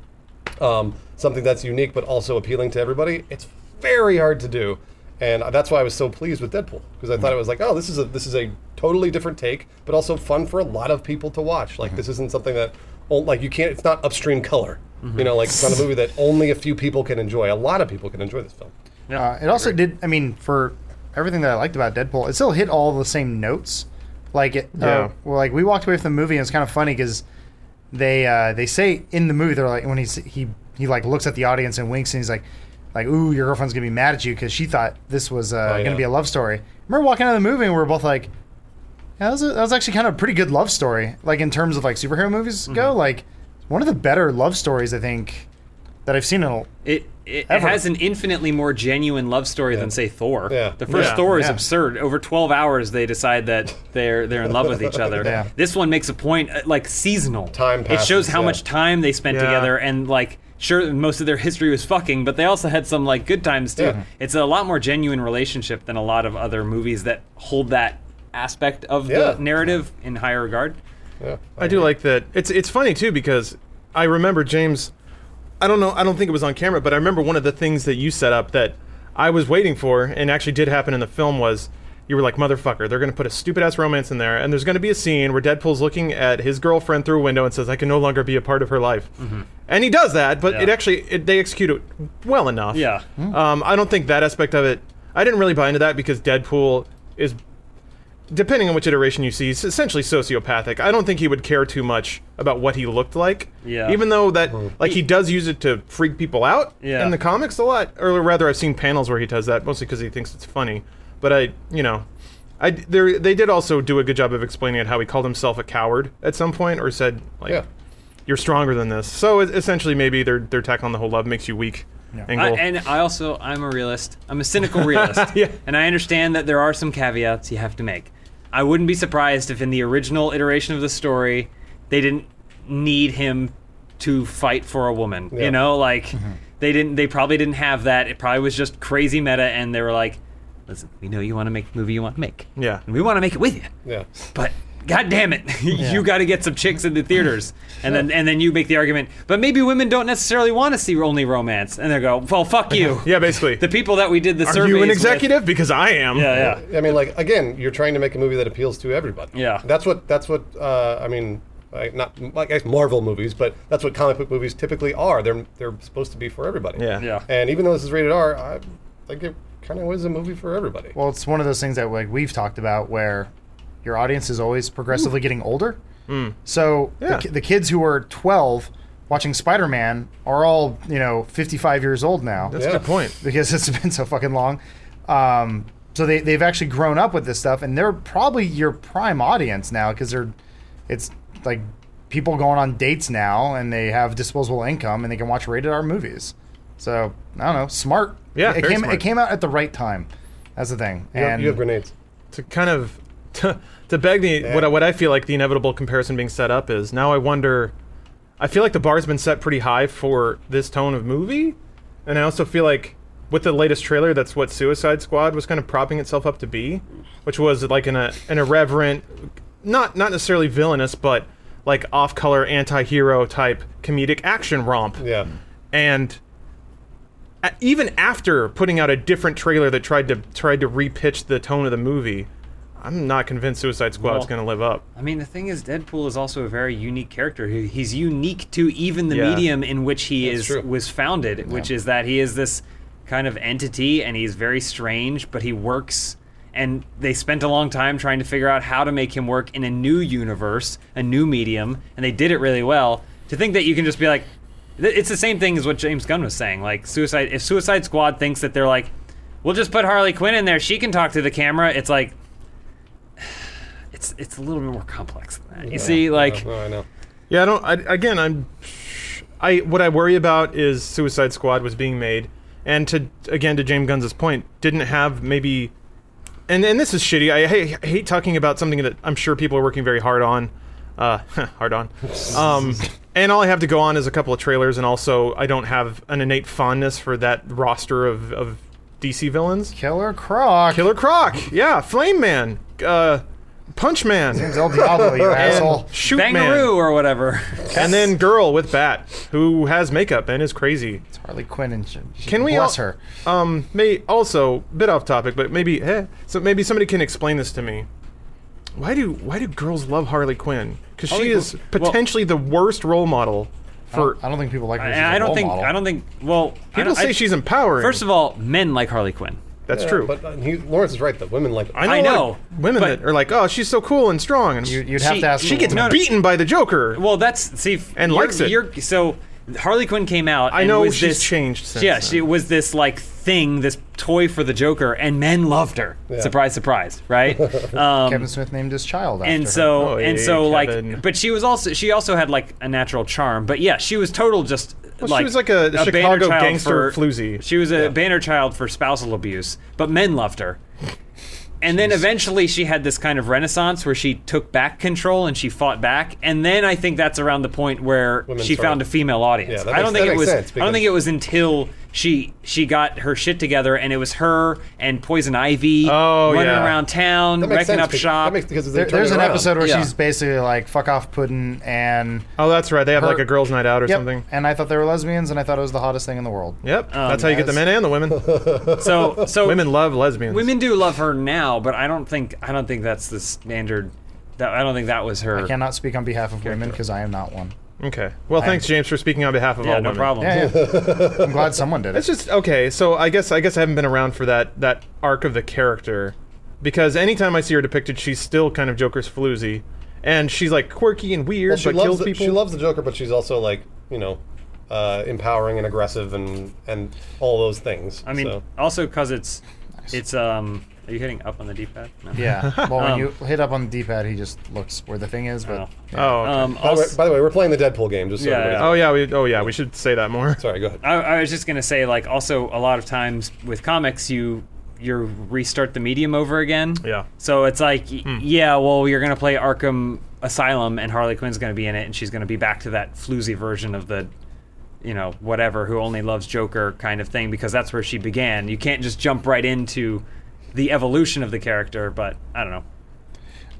Speaker 3: um, something that's unique but also appealing to everybody, it's very hard to do, and that's why I was so pleased with Deadpool because I thought it was like, oh, this is a this is a totally different take, but also fun for a lot of people to watch. Like this isn't something that oh, like you can't. It's not upstream color, you know. Like it's not a movie that only a few people can enjoy. A lot of people can enjoy this film.
Speaker 1: Uh, it also did. I mean, for everything that I liked about Deadpool, it still hit all the same notes. Like it,
Speaker 4: Yeah.
Speaker 1: uh, well, like we walked away from the movie, and it's kind of funny because they uh, they say in the movie they're like when he's he he like looks at the audience and winks, and he's like like Ooh, your girlfriend's gonna be mad at you because she thought this was uh,
Speaker 3: Oh, yeah.
Speaker 1: gonna be a love story. remember walking out of the movie, and we were both like, yeah, that was, a, that was actually kind of a pretty good love story. Like in terms of like superhero movies go, like one of the better love stories I think that I've seen in a
Speaker 2: It it, it
Speaker 1: Ever.
Speaker 2: has an infinitely more genuine love story than say Thor.
Speaker 3: Yeah.
Speaker 2: The first
Speaker 4: Yeah.
Speaker 2: Thor is
Speaker 1: Yeah.
Speaker 2: absurd. Over 12 hours they decide that they're they're in love with each other.
Speaker 1: Yeah.
Speaker 2: This one makes a point uh, like seasonal.
Speaker 3: Time
Speaker 2: It shows
Speaker 3: passes,
Speaker 2: how
Speaker 3: yeah.
Speaker 2: much time they spent
Speaker 4: Yeah.
Speaker 2: together and like sure most of their history was fucking but they also had some like good times too.
Speaker 3: Yeah.
Speaker 2: It's a lot more genuine relationship than a lot of other movies that hold that aspect of
Speaker 3: Yeah.
Speaker 2: the narrative in higher regard.
Speaker 3: Yeah,
Speaker 4: I do like that. It's it's funny too because I remember James. I don't know. I don't think it was on camera, but I remember one of the things that you set up that I was waiting for, and actually did happen in the film was you were like, "Motherfucker, they're going to put a stupid ass romance in there, and there's going to be a scene where Deadpool's looking at his girlfriend through a window and says, "I can no longer be a part of her life," and he does that, but it
Speaker 2: Mm-hmm. Yeah.
Speaker 4: actually it, they execute it well enough.
Speaker 2: Yeah.
Speaker 4: Um, I don't think that aspect of it. I didn't really buy into that because Deadpool is depending on which iteration you see, he's essentially sociopathic. I don't think he would care too much about what he looked like.
Speaker 2: Yeah.
Speaker 4: Even though that, like, he does use it to freak people out
Speaker 2: Yeah.
Speaker 4: in the comics a lot, or rather, I've seen panels where he does that mostly because he thinks it's funny. But I, you know, I there they did also do a good job of explaining it how he called himself a coward at some point, or said like,
Speaker 3: Yeah.
Speaker 4: "You're stronger than this." So it, essentially, maybe their their tack on the whole love makes you weak.
Speaker 2: I,
Speaker 4: Angle.
Speaker 2: and I also I'm a realist. I'm a cynical realist.
Speaker 4: Yeah.
Speaker 2: And I understand that there are some caveats you have to make. I wouldn't be surprised if in the original iteration of the story they didn't need him to fight for a woman.
Speaker 3: Yeah.
Speaker 2: You know, like
Speaker 4: Mm-hmm.
Speaker 2: they didn't they probably didn't have that. It probably was just crazy meta and they were like, Listen, we know you want to make the movie you want to make.
Speaker 4: Yeah.
Speaker 2: And we want to make it with you.
Speaker 3: Yeah.
Speaker 2: But God damn it, you got to get some chicks in the theaters, and then and then you make the argument. But maybe women don't necessarily want to see only romance, and they go, "Well, fuck you."
Speaker 4: yeah, basically.
Speaker 2: The people that we did the
Speaker 4: Are
Speaker 2: survey.
Speaker 4: you an executive? Because I am.
Speaker 2: Yeah, yeah.
Speaker 3: I mean, like again, you're trying to make a movie that appeals to everybody.
Speaker 2: Yeah.
Speaker 3: that's what that's what uh, I mean. Like not like I guess Marvel movies, but that's what comic book movies typically are. They're they're supposed to be for everybody.
Speaker 4: Yeah.
Speaker 2: Yeah.
Speaker 3: And even though this is rated R, I think it kind of is a movie for everybody.
Speaker 1: Well, it's one of those things that like we've talked about where your audience is always progressively getting older. So
Speaker 4: Mm. Yeah.
Speaker 1: the, ki- the kids who are 12 watching Spider-Man are all, you know, 55 years old now
Speaker 4: That's
Speaker 3: Yeah.
Speaker 4: a good point.
Speaker 1: because it's been so fucking long. Um, so they, they've actually grown up with this stuff and they're probably your prime audience now because they're it's like people going on dates now and they have disposable income and they can watch rated R movies. So I don't know, smart.
Speaker 4: Yeah,
Speaker 1: it
Speaker 4: very
Speaker 1: came
Speaker 4: smart.
Speaker 1: it came out at the right time. That's the thing.
Speaker 3: you, have,
Speaker 1: and
Speaker 3: you have grenades.
Speaker 4: to kind of to, to beg the what I, what I feel like the inevitable comparison being set up is now I wonder I feel like the bar's been set pretty high for this tone of movie and I also feel like with the latest trailer that's what Suicide Squad was kind of propping itself up to be which was like an, uh, an irreverent not not necessarily villainous but like off-color anti-hero type comedic action romp
Speaker 3: Yeah.
Speaker 4: and a- even after putting out a different trailer that tried to tried to repitch the tone of the movie, I'm not convinced Suicide Squad's
Speaker 2: Well-
Speaker 4: going to live up.
Speaker 2: I mean, the thing is, Deadpool is also a very unique character. He- He's unique to even the
Speaker 4: Yeah.
Speaker 2: medium in which he is
Speaker 3: true.
Speaker 2: was founded, which is that he is this kind of entity, and he's very strange, but he works. And they spent a long time trying to figure out how to make him work in a new universe, a new medium, and they did it really well. To think that you can just be like, th- it's the same thing as what James Gunn was saying. Like Suicide, if Suicide Squad thinks that they're like, we'll just put Harley Quinn in there, she can talk to the camera. It's like, it's it's a little bit more complex than that. You see, like,
Speaker 3: Oh, I know.
Speaker 4: Yeah, I don't. I, again, I'm. I what I worry about is Suicide Squad was being made, and to again to James Gunn's point, didn't have maybe, and and this is shitty. I hate, I hate talking about something that I'm sure people are working very hard on, uh, hard on. Um, and all I have to go on is a couple of trailers, and also I don't have an innate fondness for that roster of of DC villains.
Speaker 1: Killer Croc.
Speaker 4: Killer Croc, yeah, Flame Man, uh, Punch Man,
Speaker 1: El Diablo, you asshole.
Speaker 4: Shoot Man.
Speaker 2: Bangaroo or whatever.
Speaker 4: And then girl with bat who has makeup and is crazy.
Speaker 1: It's Harley Quinn and shit.
Speaker 4: Can we
Speaker 1: bless
Speaker 4: al-
Speaker 1: her?
Speaker 4: Um, may also bit off topic, but maybe eh, so maybe somebody can explain this to me. Why do why do girls love Harley Quinn? Because she
Speaker 2: Harley
Speaker 4: is
Speaker 2: Quinn- well-
Speaker 4: potentially the worst role model for.
Speaker 1: I don't think people like her. She's
Speaker 2: I, I
Speaker 1: a
Speaker 2: don't
Speaker 1: role
Speaker 2: think.
Speaker 1: model.
Speaker 2: I don't think. Well, I
Speaker 4: People
Speaker 2: don't-
Speaker 4: say
Speaker 2: I-
Speaker 4: she's empowering.
Speaker 2: First of all, men like Harley Quinn.
Speaker 4: that's true.
Speaker 3: But uh, he, Lawrence is right, though. Women like it.
Speaker 2: I
Speaker 4: a lot
Speaker 2: know,
Speaker 4: of women
Speaker 2: but-
Speaker 4: that are like, oh, she's so cool and strong, and
Speaker 1: You, would have
Speaker 2: She-
Speaker 1: to ask.
Speaker 2: she
Speaker 1: the
Speaker 2: gets
Speaker 1: woman.
Speaker 2: no-
Speaker 4: beaten by the Joker.
Speaker 2: Well, that's see, f-
Speaker 4: And
Speaker 2: you're-
Speaker 4: likes it.
Speaker 2: You're, so Harley Quinn came out.
Speaker 4: I
Speaker 2: and
Speaker 4: know
Speaker 2: was
Speaker 4: she's
Speaker 2: this,
Speaker 4: changed since
Speaker 2: yeah,
Speaker 4: then.
Speaker 2: she was this like thing, this toy for the Joker, and men loved her. Surprise, surprise, right? Um,
Speaker 1: Kevin Smith named his child after
Speaker 2: and
Speaker 1: her.
Speaker 2: so
Speaker 4: Oh,
Speaker 2: and
Speaker 4: yeah,
Speaker 2: so
Speaker 4: Kevin.
Speaker 2: like, but she was also she also had like a natural charm. But yeah, she was total just. like,
Speaker 4: was like a Chicago
Speaker 2: banner child
Speaker 4: gangster
Speaker 2: for,
Speaker 4: floozy.
Speaker 2: She was a banner child for spousal abuse, but men loved her. And then eventually she had this kind of renaissance where she took back control and she fought back. And then I think that's around the point where
Speaker 3: Women
Speaker 2: she
Speaker 3: started-
Speaker 2: found a female audience.
Speaker 3: Yeah, that
Speaker 2: I don't
Speaker 3: makes-
Speaker 2: think
Speaker 3: that
Speaker 2: it
Speaker 3: makes
Speaker 2: was.
Speaker 3: sense,
Speaker 2: I don't think
Speaker 3: because-
Speaker 2: it was until she she got her shit together and it was her and Poison Ivy
Speaker 4: Oh,
Speaker 2: running
Speaker 4: yeah.
Speaker 2: around town,
Speaker 3: That makes
Speaker 2: wrecking
Speaker 3: sense
Speaker 2: up
Speaker 3: be-
Speaker 2: shop.
Speaker 3: That makes, because they
Speaker 1: There-
Speaker 3: turned
Speaker 1: there's
Speaker 3: it
Speaker 1: an
Speaker 3: around.
Speaker 1: episode where
Speaker 2: Yeah.
Speaker 1: she's basically like "fuck off, Puddin," and
Speaker 4: oh, that's right. They have
Speaker 1: Her-
Speaker 4: like a girls' night out or
Speaker 1: yep,
Speaker 4: something.
Speaker 1: And I thought they were lesbians, and I thought it was the hottest thing in the world.
Speaker 4: Yep, that's how you get the men and the women.
Speaker 2: so so
Speaker 4: women love lesbians.
Speaker 2: Women do love her now, but I don't think I don't think that's the standard. That I don't think that was her.
Speaker 1: I cannot speak on behalf of women because I am not one.
Speaker 4: Okay. Well, thanks, James, for speaking on behalf of
Speaker 2: yeah,
Speaker 4: all
Speaker 2: no
Speaker 4: women.
Speaker 2: problem.
Speaker 1: Yeah, yeah. I'm glad someone did
Speaker 4: It's
Speaker 1: it.
Speaker 4: just okay. So I guess I guess I haven't been around for that that arc of the character, because anytime I see her depicted, she's still kind of Joker's floozy, and she's like quirky and weird,
Speaker 3: Well, she
Speaker 4: but kills
Speaker 3: loves the,
Speaker 4: people.
Speaker 3: she loves the Joker, but she's also like you know, uh, empowering and aggressive and and all those things.
Speaker 2: I mean,
Speaker 3: so.
Speaker 2: also because it's it's um. Are you hitting up on the D-pad? No.
Speaker 1: Yeah. Well, when you hit up on the D-pad, he just looks where the thing is. But
Speaker 2: Oh.
Speaker 4: Um.
Speaker 2: Um.
Speaker 3: by, the
Speaker 4: oh, okay.
Speaker 3: way,
Speaker 2: also-
Speaker 3: by the way, we're playing the Deadpool game. Just so
Speaker 2: Yeah,
Speaker 3: everybody
Speaker 2: yeah.
Speaker 3: knows.
Speaker 4: oh yeah, we oh yeah, we should say that more.
Speaker 3: sorry. Go ahead.
Speaker 2: I, I was just gonna say, like, also a lot of times with comics, you you restart the medium over again.
Speaker 4: Yeah.
Speaker 2: So it's like, y yeah, well, you're gonna play Arkham Asylum, and Harley Quinn's gonna be in it, and she's gonna be back to that floozy version of the, you know, whatever, who only loves Joker kind of thing, because that's where she began. You can't just jump right into the evolution of the character, but I don't know.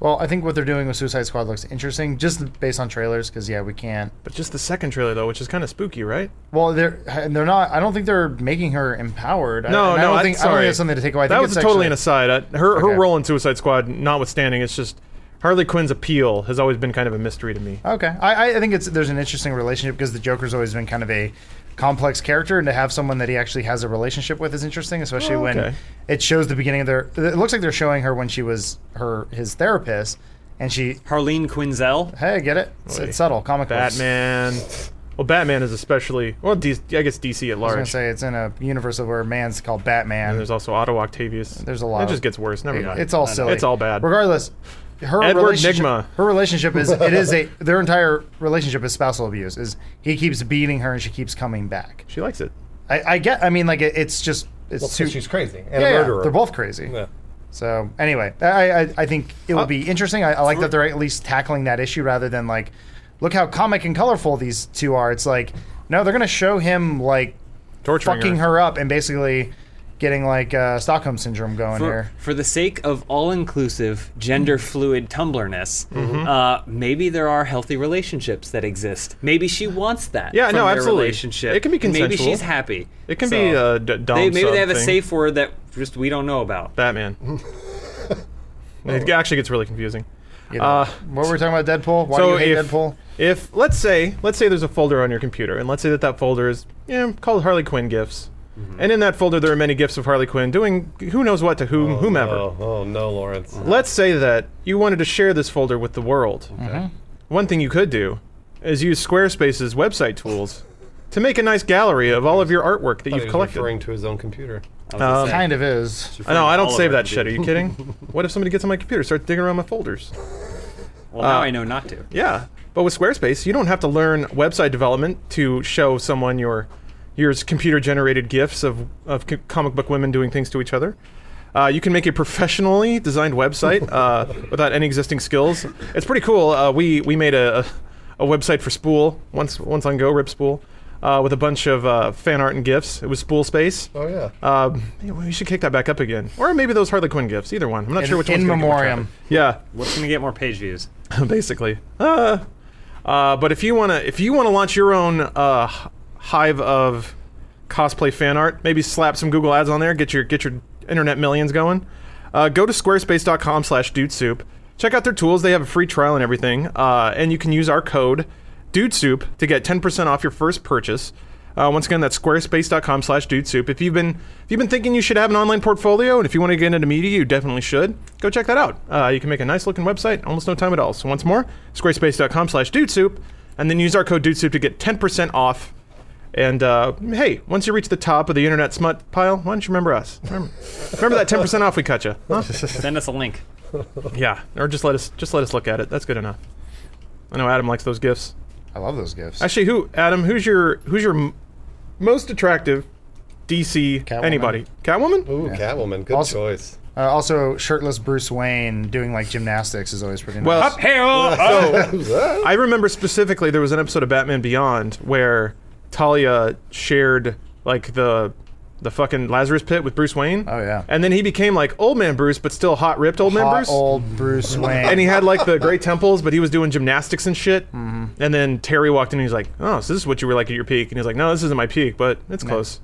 Speaker 1: well, I think what they're doing with Suicide Squad looks interesting, just based on trailers, because yeah, we can't.
Speaker 4: But just the second trailer though, which is kind of spooky, right?
Speaker 1: Well, they're and they're not. I don't think they're making her empowered.
Speaker 4: No,
Speaker 1: I, and I
Speaker 4: no,
Speaker 1: don't
Speaker 4: I-
Speaker 1: think, I don't
Speaker 4: sorry.
Speaker 1: think that's something to take away. I
Speaker 4: That
Speaker 1: think
Speaker 4: was
Speaker 1: it's actually-
Speaker 4: totally an aside. Uh, her her
Speaker 1: Okay.
Speaker 4: role in Suicide Squad, notwithstanding, it's just Harley Quinn's appeal has always been kind of a mystery to me.
Speaker 1: Okay, I, I- I think it's there's an interesting relationship because the Joker's always been kind of a complex character, and to have someone that he actually has a relationship with is interesting, especially
Speaker 4: Oh, okay.
Speaker 1: when it shows the beginning of their. It looks like they're showing her when she was her his therapist, and she.
Speaker 2: Harlene Quinzel.
Speaker 1: Hey, get it? It's,
Speaker 4: Oy.
Speaker 1: it's subtle, comic books.
Speaker 4: Batman. Well, Batman is especially well. D- I guess DC
Speaker 1: I
Speaker 4: at
Speaker 1: was gonna
Speaker 4: large.
Speaker 1: say it's in a universe of where a man's called Batman.
Speaker 4: and there's also Otto Octavius.
Speaker 1: There's a lot
Speaker 4: It
Speaker 1: of-
Speaker 4: just gets worse. Never
Speaker 1: It-
Speaker 4: mind.
Speaker 1: it's all
Speaker 4: I know.
Speaker 1: silly.
Speaker 4: It's all bad.
Speaker 1: Regardless, her
Speaker 4: Edward
Speaker 1: relationship,
Speaker 4: Nygma.
Speaker 1: Her relationship is it is a their entire relationship is spousal abuse. Is he keeps beating her and she keeps coming back.
Speaker 4: She likes it.
Speaker 1: I, I get. I mean, like it, it's just it's
Speaker 3: Well,
Speaker 1: too.
Speaker 3: she's crazy and
Speaker 1: yeah,
Speaker 3: a
Speaker 1: yeah,
Speaker 3: murderer.
Speaker 1: they're both crazy.
Speaker 3: Yeah.
Speaker 1: So anyway, I I, I think it will
Speaker 4: Uh,
Speaker 1: be interesting. I, I like that they're at least tackling that issue rather than like, look how comic and colorful these two are. It's like, no, they're gonna show him like
Speaker 4: Torturing
Speaker 1: fucking her up and basically getting like uh, Stockholm syndrome going
Speaker 2: For,
Speaker 1: here.
Speaker 2: for the sake of all-inclusive, gender-fluid Tumblerness,
Speaker 4: Mm-hmm.
Speaker 2: uh, maybe there are healthy relationships that exist. Maybe she wants that.
Speaker 4: Yeah,
Speaker 2: from
Speaker 4: no,
Speaker 2: their
Speaker 4: absolutely.
Speaker 2: Relationship.
Speaker 4: It can be
Speaker 2: Maybe
Speaker 4: consensual.
Speaker 2: she's happy.
Speaker 4: It can
Speaker 2: So,
Speaker 4: be uh, a d- dom
Speaker 2: they, maybe
Speaker 4: sub
Speaker 2: they have a
Speaker 4: thing.
Speaker 2: safe word that just we don't know about.
Speaker 4: Batman. it actually gets really confusing.
Speaker 1: You know.
Speaker 4: Uh,
Speaker 1: what were we talking about? Deadpool. Why do you hate
Speaker 4: if,
Speaker 1: Deadpool?
Speaker 4: If let's say let's say there's a folder on your computer, and let's say that that folder is yeah called Harley Quinn gifts,
Speaker 1: Mm-hmm.
Speaker 4: and in that folder there are many gifts of Harley Quinn doing who knows what to whom whomever.
Speaker 3: Oh, oh no, Lawrence.
Speaker 4: Let's say that you wanted to share this folder with the world. Mm-hmm. One thing you could do is use Squarespace's website tools to make a nice gallery of all of your artwork that
Speaker 3: He was
Speaker 4: you've collected.
Speaker 3: referring to his own computer.
Speaker 2: I was gonna
Speaker 4: Um,
Speaker 2: say.
Speaker 1: Kind of is.
Speaker 4: I know, I don't
Speaker 2: All
Speaker 4: save
Speaker 2: of our
Speaker 4: that shit. Are you kidding? what if somebody gets on my computer, starts digging around my folders?
Speaker 2: Well, now I know not to.
Speaker 4: Yeah, but with Squarespace, you don't have to learn website development to show someone your your computer-generated gifs of of c- comic book women doing things to each other. Uh, you can make a professionally designed website uh, without any existing skills. It's pretty cool. Uh, we we made a, a a website for Spool once once on Go Rip Spool uh, with a bunch of uh, fan art and gifs. It was Spool Space.
Speaker 3: Oh yeah.
Speaker 4: Um, we should kick that back up again, or maybe those Harley Quinn gifts. Either one. I'm not
Speaker 1: In-
Speaker 4: sure which
Speaker 1: in
Speaker 4: one's gonna get more
Speaker 1: memoriam.
Speaker 4: traffic. Yeah,
Speaker 2: What's gonna get more page views?
Speaker 4: basically. Uh, uh, but if you wanna, if you wanna launch your own uh, h- hive of cosplay fan art, maybe slap some Google ads on there, get your get your internet millions going. Uh, go to squarespace.com/dudesoup. Check out their tools; they have a free trial and everything, uh, and you can use our code DudeSoup to get 10% off your first purchase. Uh, once again, that's squarespace.com slash dudesoup. If you've been if you've been thinking you should have an online portfolio, and if you want to get into media, you definitely should. Go check that out. Uh, you can make a nice looking website, almost no time at all. So once more, squarespace.com slash dudesoup, and then use our code dudesoup to get 10% off. And uh, hey, once you reach the top of the internet smut pile, why don't you remember us? Remember, remember that 10% off we cut you. Huh?
Speaker 2: Send us a link.
Speaker 4: yeah, or just let us just let us look at it. That's good enough. I know Adam likes those gifts.
Speaker 1: I love those gifts.
Speaker 4: Actually, who Adam? Who's your who's your m- most attractive DC
Speaker 1: Catwoman.
Speaker 4: anybody? Catwoman?
Speaker 3: Ooh, Catwoman. Good
Speaker 1: Also-
Speaker 3: choice.
Speaker 1: Uh, also, shirtless Bruce Wayne doing like gymnastics is always pretty nice.
Speaker 4: Well, oh,
Speaker 2: Hell,
Speaker 4: I remember specifically there was an episode of Batman Beyond where Talia shared like the the fucking Lazarus Pit with Bruce Wayne.
Speaker 1: Oh, yeah.
Speaker 4: And then he became like old man Bruce, but still hot ripped old man
Speaker 1: Hot
Speaker 4: Bruce.
Speaker 1: old Bruce Wayne.
Speaker 4: and he had like the great temples, but he was doing gymnastics and shit. Mm-hmm. And then Terry walked in and he's like, "Oh, so this is what you were like at your peak?" And he's like, "No, this isn't my peak, but it's close."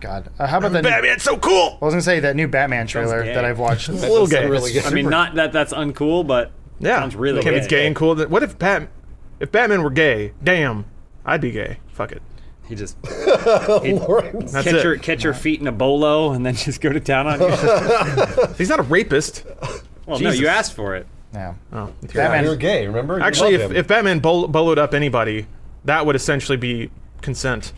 Speaker 1: God, uh, how about that? New, I
Speaker 4: Batman's so cool.
Speaker 1: was gonna say that new Batman trailer
Speaker 2: gay.
Speaker 1: that I've watched.
Speaker 4: A little gay.
Speaker 3: really good.
Speaker 2: I mean, not that that's uncool, but
Speaker 4: Yeah,
Speaker 2: sounds really
Speaker 4: It's
Speaker 2: gay.
Speaker 4: gay and cool. What if Bat, if Batman were gay? Damn, I'd be gay. Fuck it.
Speaker 2: He just
Speaker 3: Lawrence.
Speaker 4: That's
Speaker 2: catch
Speaker 4: it.
Speaker 2: your catch your feet in a bolo and then just go to town on you.
Speaker 4: He's not a rapist.
Speaker 2: well, no,
Speaker 4: Jesus.
Speaker 2: you asked for it.
Speaker 1: Yeah.
Speaker 4: Oh,
Speaker 1: Batman-
Speaker 3: You're gay, remember? You
Speaker 4: Actually,
Speaker 3: love
Speaker 4: if,
Speaker 3: him.
Speaker 4: if Batman bol- boloed up anybody, that would essentially be consent.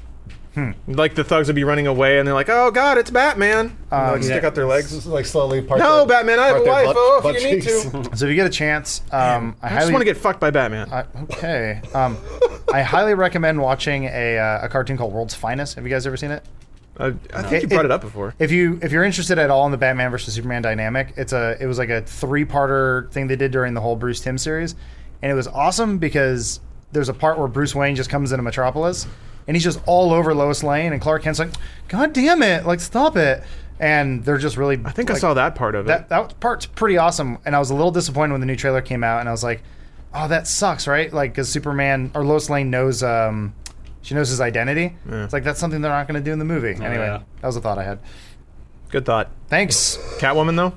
Speaker 4: Like the thugs would be running away, and they're like, "Oh God, it's Batman!" And
Speaker 3: Oh,
Speaker 4: they, like stick
Speaker 1: yeah.
Speaker 4: out their legs.
Speaker 3: Just, like slowly part
Speaker 4: No,
Speaker 3: their-
Speaker 4: Batman, I have
Speaker 3: part
Speaker 4: a
Speaker 3: their
Speaker 4: wife.
Speaker 3: butt-
Speaker 4: Oh, if
Speaker 3: butt
Speaker 4: you need
Speaker 3: cheeks.
Speaker 4: to.
Speaker 1: So if you get a chance, um, I,
Speaker 4: I
Speaker 1: highly
Speaker 4: just want to get fucked by Batman.
Speaker 1: I, okay. Um, I highly recommend watching a, uh, a cartoon called World's Finest. Have you guys ever seen it?
Speaker 4: I, I think you
Speaker 1: It-
Speaker 4: brought
Speaker 1: it-
Speaker 4: it up before.
Speaker 1: If you if you're interested at all in the Batman versus Superman dynamic, it's a it was like a three parter thing they did during the whole Bruce Tim series, and it was awesome because there's a part where Bruce Wayne just comes into Metropolis, and he's just all over Lois Lane, and Clark Kent's like, God damn it, like stop it, and they're just really.
Speaker 4: I think I saw that part of
Speaker 1: that
Speaker 4: it.
Speaker 1: that part's pretty awesome and i was a little disappointed when the new trailer came out and i was like oh that sucks right like because superman or lois lane knows um she knows his identity it's like that's something they're not going to do in the movie anyway
Speaker 2: yeah.
Speaker 1: that was a thought i had
Speaker 4: Good thought.
Speaker 1: thanks
Speaker 4: Catwoman though,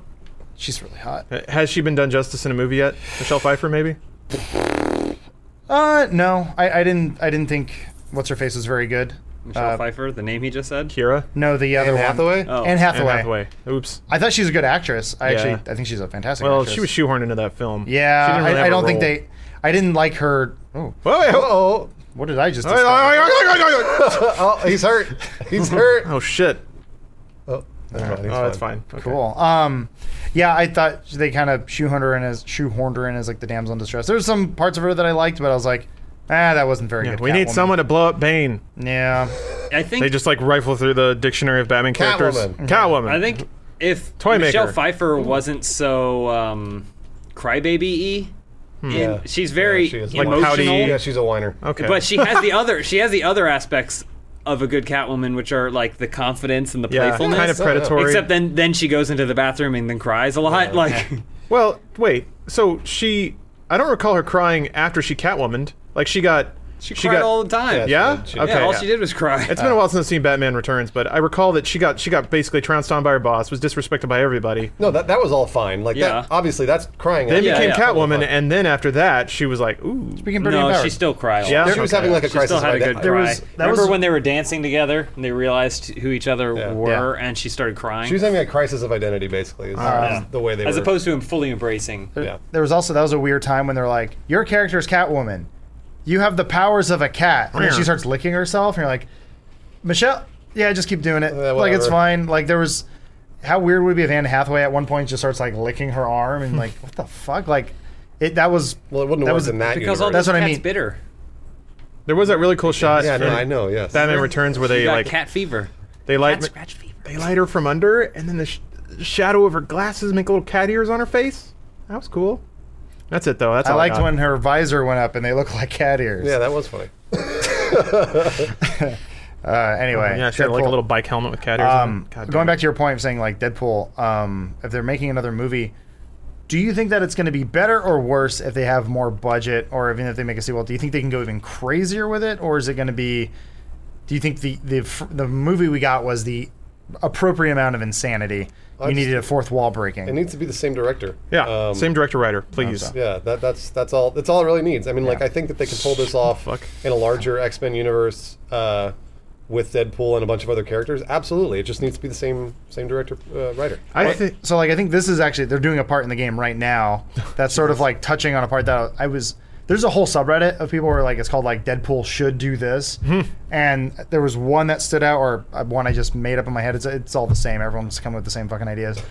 Speaker 1: she's really hot
Speaker 4: Uh, has she been done justice in a movie yet? Michelle Pfeiffer, maybe.
Speaker 1: uh no i, I didn't i didn't think what's her face was very good
Speaker 2: Michelle
Speaker 1: Uh,
Speaker 2: Pfeiffer, the name he just said.
Speaker 4: Kira.
Speaker 1: no the other
Speaker 3: Anne
Speaker 1: one
Speaker 3: Hathaway?
Speaker 2: Oh,
Speaker 1: Anne
Speaker 4: Anne
Speaker 1: Hathaway.
Speaker 4: Hathaway. Oops.
Speaker 1: i thought she was a good actress i
Speaker 4: Yeah.
Speaker 1: actually i think she's a fantastic
Speaker 4: Well,
Speaker 1: actress.
Speaker 4: she was shoehorned into that film. She
Speaker 1: yeah
Speaker 4: didn't really
Speaker 1: I, I
Speaker 4: have a
Speaker 1: don't think
Speaker 4: role.
Speaker 1: they i didn't like her oh
Speaker 4: Whoa, wait, whoa.
Speaker 3: Oh,
Speaker 1: what did i just
Speaker 4: Wait, wait,
Speaker 1: discover?
Speaker 4: wait, wait, wait, wait, wait, wait.
Speaker 3: oh, he's hurt. He's hurt.
Speaker 4: Oh shit.
Speaker 3: Oh, that's fine. he's
Speaker 4: Oh, that's fine. Okay.
Speaker 1: Cool. Um, yeah, I thought they kind of shoehorned her in as shoehorned her in as like the damsel in distress. There's some parts of her that I liked, but I was like, ah, that wasn't very
Speaker 4: Yeah,
Speaker 1: good.
Speaker 4: we need
Speaker 1: Catwoman.
Speaker 4: someone to blow up Bane.
Speaker 1: Yeah,
Speaker 2: I think
Speaker 4: They just like rifle through the dictionary of Batman characters. Mm-hmm.
Speaker 3: Catwoman.
Speaker 4: Catwoman.
Speaker 2: I think if
Speaker 4: Toy
Speaker 2: Michelle
Speaker 4: maker.
Speaker 2: Pfeiffer wasn't so um, crybaby-y,
Speaker 4: Hmm.
Speaker 3: Yeah.
Speaker 2: and she's very
Speaker 3: Yeah, she is. Like
Speaker 2: emotional,
Speaker 4: pouty.
Speaker 3: Yeah, she's a whiner.
Speaker 4: Okay.
Speaker 2: but she has the other she has the other aspects of a good Catwoman, which are like the confidence and the
Speaker 4: yeah,
Speaker 2: playfulness.
Speaker 4: kind of predatory.
Speaker 2: Except then, then she goes into the bathroom and then cries a lot. Like,
Speaker 4: Well, wait. So she, I don't recall her crying after she Catwomaned. Like she got, she,
Speaker 2: cried
Speaker 4: got
Speaker 2: all the time.
Speaker 3: Yeah,
Speaker 4: Yeah.
Speaker 3: She-
Speaker 2: Yeah,
Speaker 4: okay.
Speaker 2: all she did was cry.
Speaker 4: It's been a while since I've seen Batman Returns, but I recall that she got she got basically trounced on by her boss, was disrespected by everybody.
Speaker 3: No, that that was all fine. Like
Speaker 2: Yeah.
Speaker 3: that. Obviously, that's crying.
Speaker 4: Then
Speaker 3: out.
Speaker 2: Yeah,
Speaker 4: became
Speaker 2: yeah.
Speaker 4: Catwoman, and then after that, she was like, ooh.
Speaker 1: speaking of Bernie
Speaker 2: no,
Speaker 1: and Bauer.
Speaker 2: she still cried.
Speaker 4: Yeah.
Speaker 3: She was
Speaker 4: Okay.
Speaker 3: having like a
Speaker 2: She
Speaker 3: crisis.
Speaker 2: still had a
Speaker 3: of
Speaker 2: good
Speaker 3: identity.
Speaker 2: cry.
Speaker 1: was- that
Speaker 2: Remember
Speaker 1: was-
Speaker 2: when they were dancing together and they realized who each other
Speaker 3: Yeah.
Speaker 2: were, and she started crying,
Speaker 3: She was having a crisis of identity, basically.
Speaker 4: Ah.
Speaker 3: Is, is the way they
Speaker 2: as
Speaker 3: were.
Speaker 2: opposed to him fully embracing.
Speaker 3: yeah.
Speaker 1: there was also that was a weird time when they're like, your character is Catwoman, you have the powers of a cat, and then she starts licking herself, and you're like, Michelle, yeah, just keep doing it.
Speaker 3: Yeah,
Speaker 1: like it's
Speaker 3: whatever.
Speaker 1: fine. Like there was, how weird would it be if Anne Hathaway at one point just starts like licking her arm and like what the fuck? Like it that was
Speaker 3: Well, it wouldn't
Speaker 1: That
Speaker 3: work
Speaker 1: was-
Speaker 3: in that
Speaker 2: Because all
Speaker 1: That's
Speaker 3: universe.
Speaker 2: those
Speaker 1: what I
Speaker 2: cats
Speaker 1: mean.
Speaker 2: bit her.
Speaker 4: There was that really cool shot.
Speaker 3: yeah, no,
Speaker 4: in
Speaker 3: I know. Yes.
Speaker 4: Batman Returns where they
Speaker 2: She got
Speaker 4: like
Speaker 2: cat fever,
Speaker 4: they
Speaker 2: cat
Speaker 4: light
Speaker 2: scratch fever.
Speaker 4: they light her from under, and then the sh- shadow of her glasses make little cat ears on her face. That was cool. That's it though. That's
Speaker 1: I
Speaker 4: all
Speaker 1: liked
Speaker 4: got.
Speaker 1: when her visor went up and they looked like cat ears.
Speaker 3: yeah, that was funny.
Speaker 1: Uh, anyway.
Speaker 4: Yeah, she had like a
Speaker 1: Deadpool.
Speaker 4: little bike helmet with cat ears. on
Speaker 1: Um,
Speaker 4: it. God damn
Speaker 1: going
Speaker 4: it.
Speaker 1: back to your point of saying like Deadpool, um, if they're making another movie, do you think that it's going to be better or worse if they have more budget, or even if they make a sequel? Do you think they can go even crazier with it, or is it going to be? Do you think the the f- the movie we got was the appropriate amount of insanity? you
Speaker 3: just-
Speaker 1: needed a fourth wall
Speaker 3: It
Speaker 1: breaking.
Speaker 3: needs to be the same director.
Speaker 4: Yeah,
Speaker 3: Um,
Speaker 4: same director writer, please.
Speaker 3: Yeah, that, that's that's all. That's all it really needs. I mean, like I think that they can pull this off
Speaker 4: Fuck.
Speaker 3: in a larger X Men universe uh, with Deadpool and a bunch of other characters. Absolutely, it just needs to be the same same director uh, writer.
Speaker 4: I think
Speaker 1: so like I think this is actually they're doing a part in the game right now that's sort of like touching on a part that I was there's a whole subreddit of people where like it's called like Deadpool should do this
Speaker 3: Hmm.
Speaker 1: and there was one that stood out or uh, one I just made up in my head it's it's all the same everyone's coming with the same fucking ideas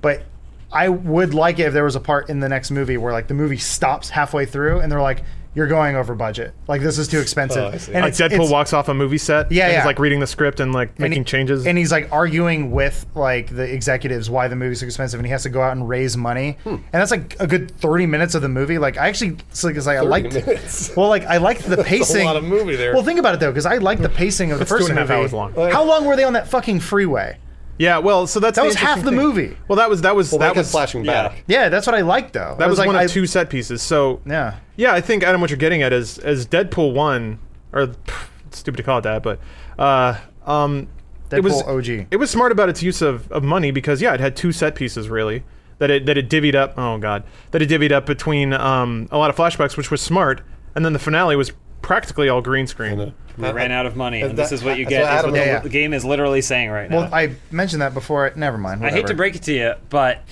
Speaker 1: but I would like it if there was a part in the next movie where like the movie stops halfway through and they're like you're going over budget like this is too expensive
Speaker 3: Oh, I see.
Speaker 1: and
Speaker 4: like
Speaker 1: it's-
Speaker 4: Deadpool
Speaker 1: it's-
Speaker 4: walks off a movie set.
Speaker 1: Yeah,
Speaker 4: and
Speaker 1: yeah.
Speaker 4: He's like reading the script and like
Speaker 1: and
Speaker 4: making
Speaker 1: he-
Speaker 4: changes.
Speaker 1: and he's like arguing with like the executives why the movie's so expensive, and he has to go out and raise money,
Speaker 4: Hmm.
Speaker 1: and that's like a good thirty minutes of the movie. Like I actually, it's like, 'cause I liked,
Speaker 3: minutes.
Speaker 1: well, like I liked the pacing.
Speaker 3: lot of movie there.
Speaker 1: Well, think about it though, because I liked the pacing of the
Speaker 4: It's
Speaker 1: first
Speaker 4: Hmm. two and a half
Speaker 1: movie.
Speaker 4: hours long.
Speaker 1: How long were they on that fucking freeway?
Speaker 4: yeah, well, so that's
Speaker 1: That
Speaker 4: the
Speaker 1: was half the
Speaker 4: interesting thing.
Speaker 1: movie.
Speaker 4: Well, that was that was
Speaker 3: Well,
Speaker 4: that was
Speaker 3: flashing
Speaker 2: yeah.
Speaker 3: back.
Speaker 1: Yeah, that's what I liked though.
Speaker 4: That was,
Speaker 1: like
Speaker 4: one
Speaker 1: I-
Speaker 4: of two set pieces. So
Speaker 1: Yeah.
Speaker 4: yeah, I think Adam, what you're getting at is as Deadpool one, or pff, it's stupid to call it that, but uh, um, it was
Speaker 1: Deadpool OG.
Speaker 4: It was smart about its use of, of money because yeah, it had two set pieces really that it that it divvied up. Oh god, that it divvied up between um, a lot of flashbacks, which was smart, and then the finale was practically all green screen.
Speaker 2: We ran out of money,
Speaker 3: uh,
Speaker 2: and
Speaker 3: that-
Speaker 2: this is what you
Speaker 3: that's
Speaker 2: get.
Speaker 3: what
Speaker 2: is
Speaker 3: Adam
Speaker 2: what the,
Speaker 1: was- Yeah, yeah.
Speaker 2: the game is literally saying right now.
Speaker 1: Well, I mentioned that before. Never mind.
Speaker 2: I hate
Speaker 1: whatever.
Speaker 2: to break it to you, but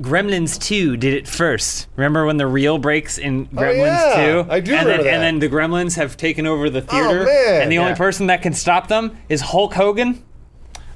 Speaker 2: Gremlins 2 did it first. Remember when the reel breaks in Gremlins
Speaker 3: Oh, yeah.
Speaker 2: 2?
Speaker 3: I do
Speaker 2: and
Speaker 3: remember
Speaker 2: then, And
Speaker 3: that. Oh,
Speaker 2: then the Gremlins have taken over the theater,
Speaker 3: man.
Speaker 2: and the only
Speaker 1: Yeah.
Speaker 2: person that can stop them is Hulk Hogan.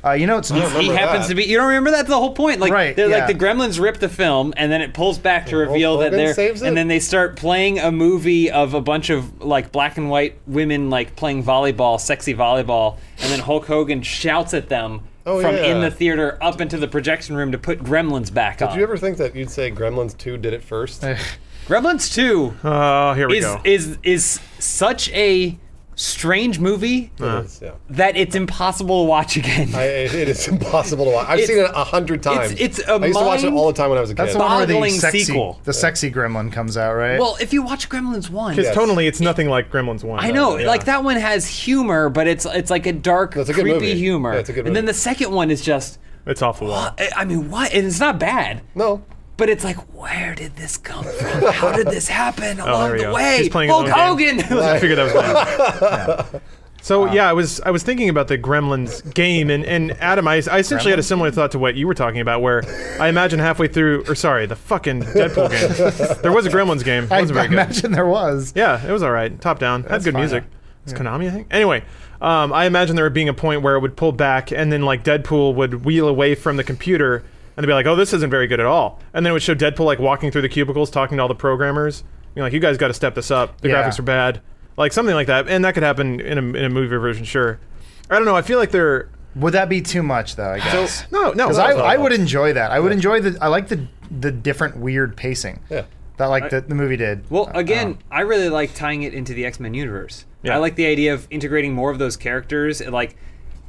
Speaker 1: Uh, you know, it's
Speaker 3: remember
Speaker 2: He happens to
Speaker 3: that.
Speaker 2: be. You don't remember that's the whole point. Like,
Speaker 1: Right,
Speaker 2: they're
Speaker 1: yeah.
Speaker 2: like the Gremlins rip the film, and then it pulls back to reveal that
Speaker 3: Hogan
Speaker 2: they're,
Speaker 3: saves it?
Speaker 2: and then they start playing a movie of a bunch of like black and white women like playing volleyball, sexy volleyball, and then Hulk Hogan shouts at them
Speaker 3: Oh,
Speaker 2: from
Speaker 3: yeah.
Speaker 2: in the theater up into the projection room to put Gremlins back on.
Speaker 3: Did you ever think that you'd say Gremlins 2 did it first?
Speaker 4: Uh-huh.
Speaker 2: Gremlins Two
Speaker 4: Oh, here we
Speaker 2: is
Speaker 4: go.
Speaker 2: is is such a strange movie
Speaker 3: It is, yeah.
Speaker 2: that it's impossible to watch again.
Speaker 3: Uh. I, it it is impossible to watch. I've seen it a hundred times.
Speaker 2: it's a
Speaker 3: I used to watch it
Speaker 2: mind-
Speaker 3: all the time when I was a kid.
Speaker 1: That's the one where the
Speaker 2: Boggling
Speaker 1: sexy,
Speaker 2: sequel.
Speaker 1: the sexy gremlin comes out, right?
Speaker 2: well, if you watch Gremlins One,
Speaker 4: Because
Speaker 3: Yes.
Speaker 4: tonally, it's nothing like Gremlins One.
Speaker 2: I know,
Speaker 4: Yeah.
Speaker 2: like that one has humor, but it's it's like a dark,
Speaker 3: That's a good
Speaker 2: creepy
Speaker 3: movie.
Speaker 2: humor.
Speaker 3: Yeah, it's a good
Speaker 2: and then
Speaker 3: movie.
Speaker 2: the second one is just,
Speaker 4: It's off the wall.
Speaker 2: I I mean, what? And it's not bad,
Speaker 3: no.
Speaker 2: but it's like, where did this come from? How did this happen along
Speaker 4: Oh, there we
Speaker 2: the
Speaker 4: go.
Speaker 2: way?
Speaker 4: He's playing his
Speaker 2: Hulk
Speaker 4: own
Speaker 2: Hogan.
Speaker 4: game. I figured that was. bad. So yeah, I was I was thinking about the Gremlins game, and, and Adam, I, I essentially had a similar thought to what you were talking about, where I imagine halfway through, or sorry, the fucking Deadpool game. There was a Gremlins game. It
Speaker 1: I,
Speaker 4: wasn't very good.
Speaker 1: imagine there was.
Speaker 4: Yeah, it was all right. Top down. Had good
Speaker 1: fine.
Speaker 4: music. It's Konami, I think. Anyway, um, I imagine there being a point where it would pull back, and then like Deadpool would wheel away from the computer, and they'd be like, "Oh, this isn't very good at all." And then it would show Deadpool like walking through the cubicles, talking to all the programmers, being like, "You guys got to step this up. The
Speaker 1: Yeah.
Speaker 4: graphics are bad." Like something like that, and that could happen in a, in a movie version, sure. I don't know. I feel like they're
Speaker 1: Would that be too much though? I guess.
Speaker 4: no, no.
Speaker 1: Because I, I would enjoy that. I would enjoy the. I like the the different weird pacing.
Speaker 3: Yeah.
Speaker 1: That like the, the movie did.
Speaker 2: Well, again, I really like tying it into the X Men universe.
Speaker 4: Uh-huh. Yeah.
Speaker 2: I like the idea of integrating more of those characters, and, like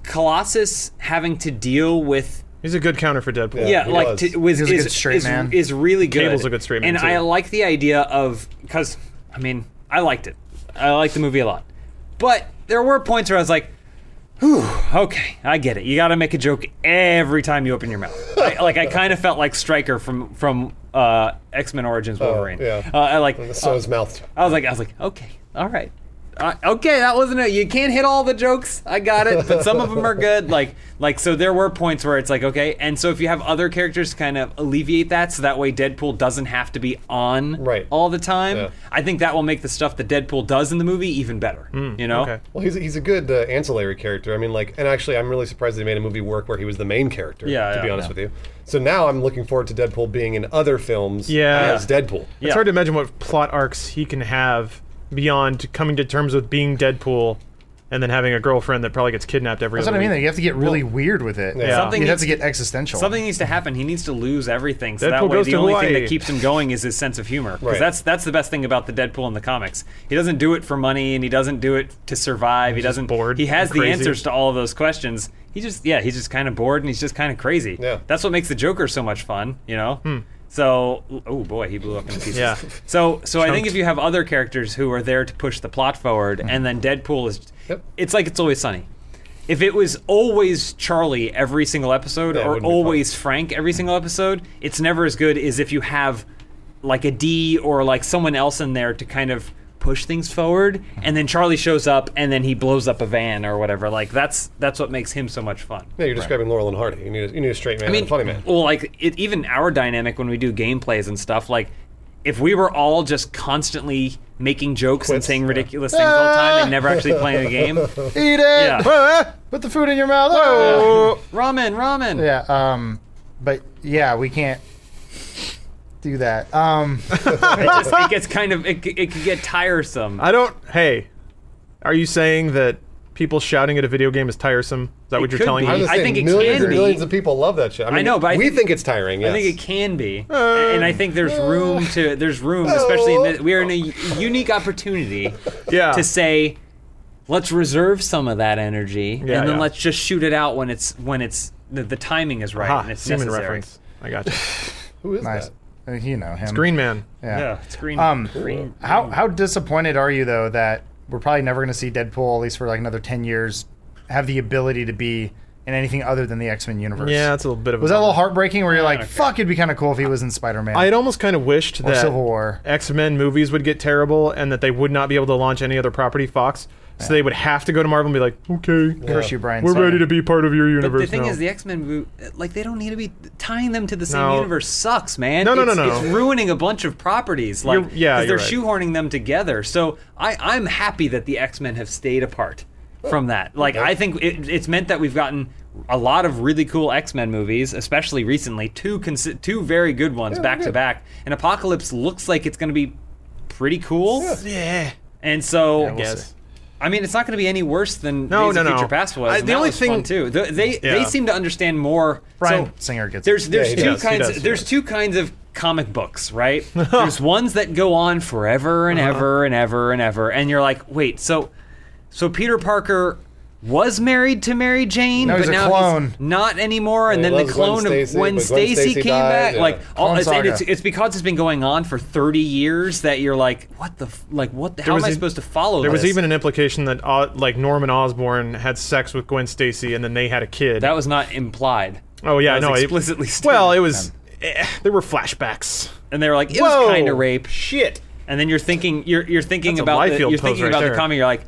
Speaker 2: Colossus having to deal with.
Speaker 4: He's a good counter for Deadpool.
Speaker 2: Yeah,
Speaker 3: he
Speaker 2: like
Speaker 3: was.
Speaker 2: to, was,
Speaker 1: He's a
Speaker 2: is,
Speaker 1: good straight
Speaker 2: is,
Speaker 1: man.
Speaker 2: is really good.
Speaker 4: Cable's a good straight man,
Speaker 2: And I
Speaker 4: too.
Speaker 2: like the idea of because I mean I liked it. I liked the movie a lot, but there were points where I was like, "Whew, okay, I get it. You got to make a joke every time you open your mouth." I, like I kind of felt like Stryker from from uh, X Men Origins
Speaker 4: Oh,
Speaker 2: Wolverine.
Speaker 3: yeah.
Speaker 2: uh, I like
Speaker 3: So his mouth.
Speaker 2: I was like, I was like, okay, all right, uh, okay, that wasn't it. You can't hit all the jokes. I got it, but some of them are good. Like, like so there were points where it's like, okay, and so if you have other characters to kind of alleviate that, so that way Deadpool doesn't have to be on
Speaker 3: Right.
Speaker 2: all the time.
Speaker 3: Yeah.
Speaker 2: I think that will make the stuff that Deadpool does in the movie even better.
Speaker 3: Hmm.
Speaker 2: you know,
Speaker 4: okay.
Speaker 3: Well, he's, he's a good uh, ancillary character. I mean, like, and actually, I'm really surprised they made a movie work where he was the main character.
Speaker 2: Yeah,
Speaker 3: to be
Speaker 2: yeah,
Speaker 3: honest with you. So now I'm looking forward to Deadpool being in other films.
Speaker 4: Yeah.
Speaker 3: as Deadpool.
Speaker 4: It's
Speaker 2: Yeah.
Speaker 4: hard to imagine what plot arcs he can have beyond coming to terms with being Deadpool and then having a girlfriend that probably gets kidnapped every
Speaker 1: That's
Speaker 4: other
Speaker 1: what I mean. Though.
Speaker 4: week.
Speaker 1: You have to get really weird with it.
Speaker 3: Yeah.
Speaker 2: Something
Speaker 1: you have
Speaker 2: needs-
Speaker 1: to get existential.
Speaker 2: Something needs to happen. He needs to lose everything, so
Speaker 4: Deadpool
Speaker 2: that way
Speaker 4: goes
Speaker 2: the
Speaker 4: to
Speaker 2: only thing
Speaker 4: Hawaii.
Speaker 2: that keeps him going is his sense of humor. Because
Speaker 3: Right.
Speaker 2: that's that's the best thing about the Deadpool in the comics. He doesn't do it for money, and he doesn't do it to survive. he doesn't.
Speaker 4: bored
Speaker 2: He has
Speaker 4: and
Speaker 2: the
Speaker 4: crazy.
Speaker 2: answers to all of those questions. He just yeah, he's just kind of bored and he's just kind of crazy.
Speaker 3: Yeah.
Speaker 2: that's what makes the Joker so much fun. You know. So oh boy, he blew up into pieces.
Speaker 4: Hmm. Yeah.
Speaker 2: So so I think
Speaker 4: Chunked.
Speaker 2: if you have other characters who are there to push the plot forward,
Speaker 4: Hmm.
Speaker 2: and then Deadpool is,
Speaker 3: Yep.
Speaker 2: it's like it's always sunny. If it was always Charlie every single episode,
Speaker 3: Yeah, it
Speaker 2: or
Speaker 3: wouldn't be fun.
Speaker 2: always Frank every single episode, it's never as good as if you have like a D or like someone else in there to kind of push things forward and then Charlie shows up and then he blows up a van or whatever. Like that's that's what makes him so much fun.
Speaker 3: Yeah, you're describing Laurel and Hardy. You need a, you need a straight man and a funny man.
Speaker 2: Well, like it, even our dynamic when we do gameplays and stuff, like if we were all just constantly making jokes and
Speaker 3: Quits,
Speaker 2: saying
Speaker 3: yeah.
Speaker 2: ridiculous things all the time and never actually playing the game.
Speaker 1: Eat it.
Speaker 2: Yeah.
Speaker 1: Ah! Put the food in your mouth. Oh.
Speaker 2: Ramen, ramen.
Speaker 1: Yeah. Um. But yeah, we can't do that. Um.
Speaker 2: It, just, it gets kind of it, c- it could get tiresome.
Speaker 4: I don't. Hey, are you saying that people shouting at a video game is tiresome? Is that
Speaker 2: It
Speaker 4: what you're
Speaker 2: could
Speaker 4: telling
Speaker 2: be.
Speaker 4: me?
Speaker 3: I'm just
Speaker 2: I
Speaker 3: saying,
Speaker 2: think it
Speaker 3: millions
Speaker 2: can
Speaker 3: and
Speaker 2: be.
Speaker 3: millions of people love that shit. I, mean,
Speaker 2: know, but I
Speaker 3: we
Speaker 2: think-
Speaker 3: think, it's tiring. Yes.
Speaker 2: I think it can be,
Speaker 4: Oh.
Speaker 2: and I think there's room to there's room, especially in the, we are in a y- unique opportunity
Speaker 4: Yeah.
Speaker 2: to say, let's reserve some of that energy,
Speaker 4: Yeah,
Speaker 2: and then
Speaker 4: yeah.
Speaker 2: let's just shoot it out when it's when it's the, the timing is right
Speaker 4: Ah,
Speaker 2: and it's
Speaker 4: Seaman
Speaker 2: necessary.
Speaker 4: reference. I got you.
Speaker 3: Who is
Speaker 1: Nice.
Speaker 3: that?
Speaker 1: Uh, You know him.
Speaker 4: Green Man.
Speaker 1: Yeah.
Speaker 2: Yeah, it's green.
Speaker 1: Um,
Speaker 2: green.
Speaker 1: How how disappointed are you though that we're probably never going to see Deadpool at least for like another ten years have the ability to be in anything other than the X Men universe?
Speaker 4: Yeah, that's a little bit of.
Speaker 1: Was that a little heartbreaking? Where you're like,
Speaker 2: okay.
Speaker 1: fuck, it'd be kind of cool if he was in Spider Man.
Speaker 4: I had almost kind of wished
Speaker 1: or
Speaker 4: that
Speaker 1: Civil War.
Speaker 4: X Men movies would get terrible and that they would not be able to launch any other property. Fox So they would have to go to Marvel and be like, okay,
Speaker 1: Curse you, Brian.
Speaker 4: we're
Speaker 1: Sorry.
Speaker 4: ready to be part of your universe
Speaker 2: But the thing
Speaker 4: now.
Speaker 2: is, the X Men movie, like, they don't need to be tying them to the same
Speaker 4: No.
Speaker 2: universe. Sucks, man.
Speaker 4: No, no, no,
Speaker 2: It's-
Speaker 4: no,
Speaker 2: It's
Speaker 4: no.
Speaker 2: ruining a bunch of properties. Like,
Speaker 4: You're- yeah,
Speaker 2: 'cause they're
Speaker 4: you're
Speaker 2: shoehorning them together. So I, I'm happy that the X Men have stayed apart from that. Like, I think it, it's meant that we've gotten a lot of really cool X Men movies, especially recently. Two consi- two very good ones back to back. And Apocalypse looks like it's going to be pretty cool.
Speaker 4: yeah.
Speaker 2: And so
Speaker 1: we'll
Speaker 4: Yes.
Speaker 1: see.
Speaker 2: I mean, it's not going to be any worse than
Speaker 4: No,
Speaker 2: Days of
Speaker 4: no, no.
Speaker 2: Future Past was.
Speaker 4: I-
Speaker 2: and
Speaker 4: the
Speaker 2: that
Speaker 4: only
Speaker 2: was
Speaker 4: thing-
Speaker 2: fun too. Th- They
Speaker 4: Yeah.
Speaker 2: they seem to understand more.
Speaker 1: Brian
Speaker 2: so
Speaker 1: Singer gets.
Speaker 2: there's
Speaker 1: it.
Speaker 2: there's
Speaker 3: he
Speaker 2: two
Speaker 3: does, he
Speaker 2: kinds.
Speaker 4: does, he
Speaker 2: there's
Speaker 4: does. Uh-huh.
Speaker 2: two kinds of comic books, right? there's ones that go on forever and ever and ever and ever, and you're like, wait, so so Peter Parker. Was married to Mary Jane,
Speaker 1: Now
Speaker 2: but
Speaker 1: he's a
Speaker 2: now
Speaker 1: clone.
Speaker 2: he's not anymore. And
Speaker 3: Yeah, he
Speaker 2: then the
Speaker 3: loves Gwen
Speaker 2: clone of
Speaker 3: Stacy,
Speaker 2: Gwen
Speaker 3: but Gwen
Speaker 2: Stacy
Speaker 3: Stacy
Speaker 2: came
Speaker 3: died,
Speaker 2: back.
Speaker 3: yeah.
Speaker 2: Like all,
Speaker 1: Clone
Speaker 2: it's, and it's,
Speaker 1: saga.
Speaker 2: it's because it's been going on for thirty years that you're like, what the, f- like, what? The, how
Speaker 4: was
Speaker 2: am I
Speaker 4: e-
Speaker 2: supposed to follow?
Speaker 4: There was
Speaker 2: this?
Speaker 4: even an implication that uh, like Norman Osborn had sex with Gwen Stacy and then they had a kid.
Speaker 2: That was not implied.
Speaker 4: oh yeah,
Speaker 2: that
Speaker 4: no,
Speaker 2: was
Speaker 4: it-
Speaker 2: explicitly stated.
Speaker 4: Well, it was. eh, there were flashbacks.
Speaker 2: and they were like, it
Speaker 4: Whoa,
Speaker 2: was kind of rape.
Speaker 4: Shit.
Speaker 2: And then you're thinking, you're you're thinking
Speaker 4: That's a
Speaker 2: about the,
Speaker 4: Liefeld
Speaker 2: you're
Speaker 4: pose
Speaker 2: thinking
Speaker 4: right
Speaker 2: about
Speaker 4: there.
Speaker 2: the comic. You're like,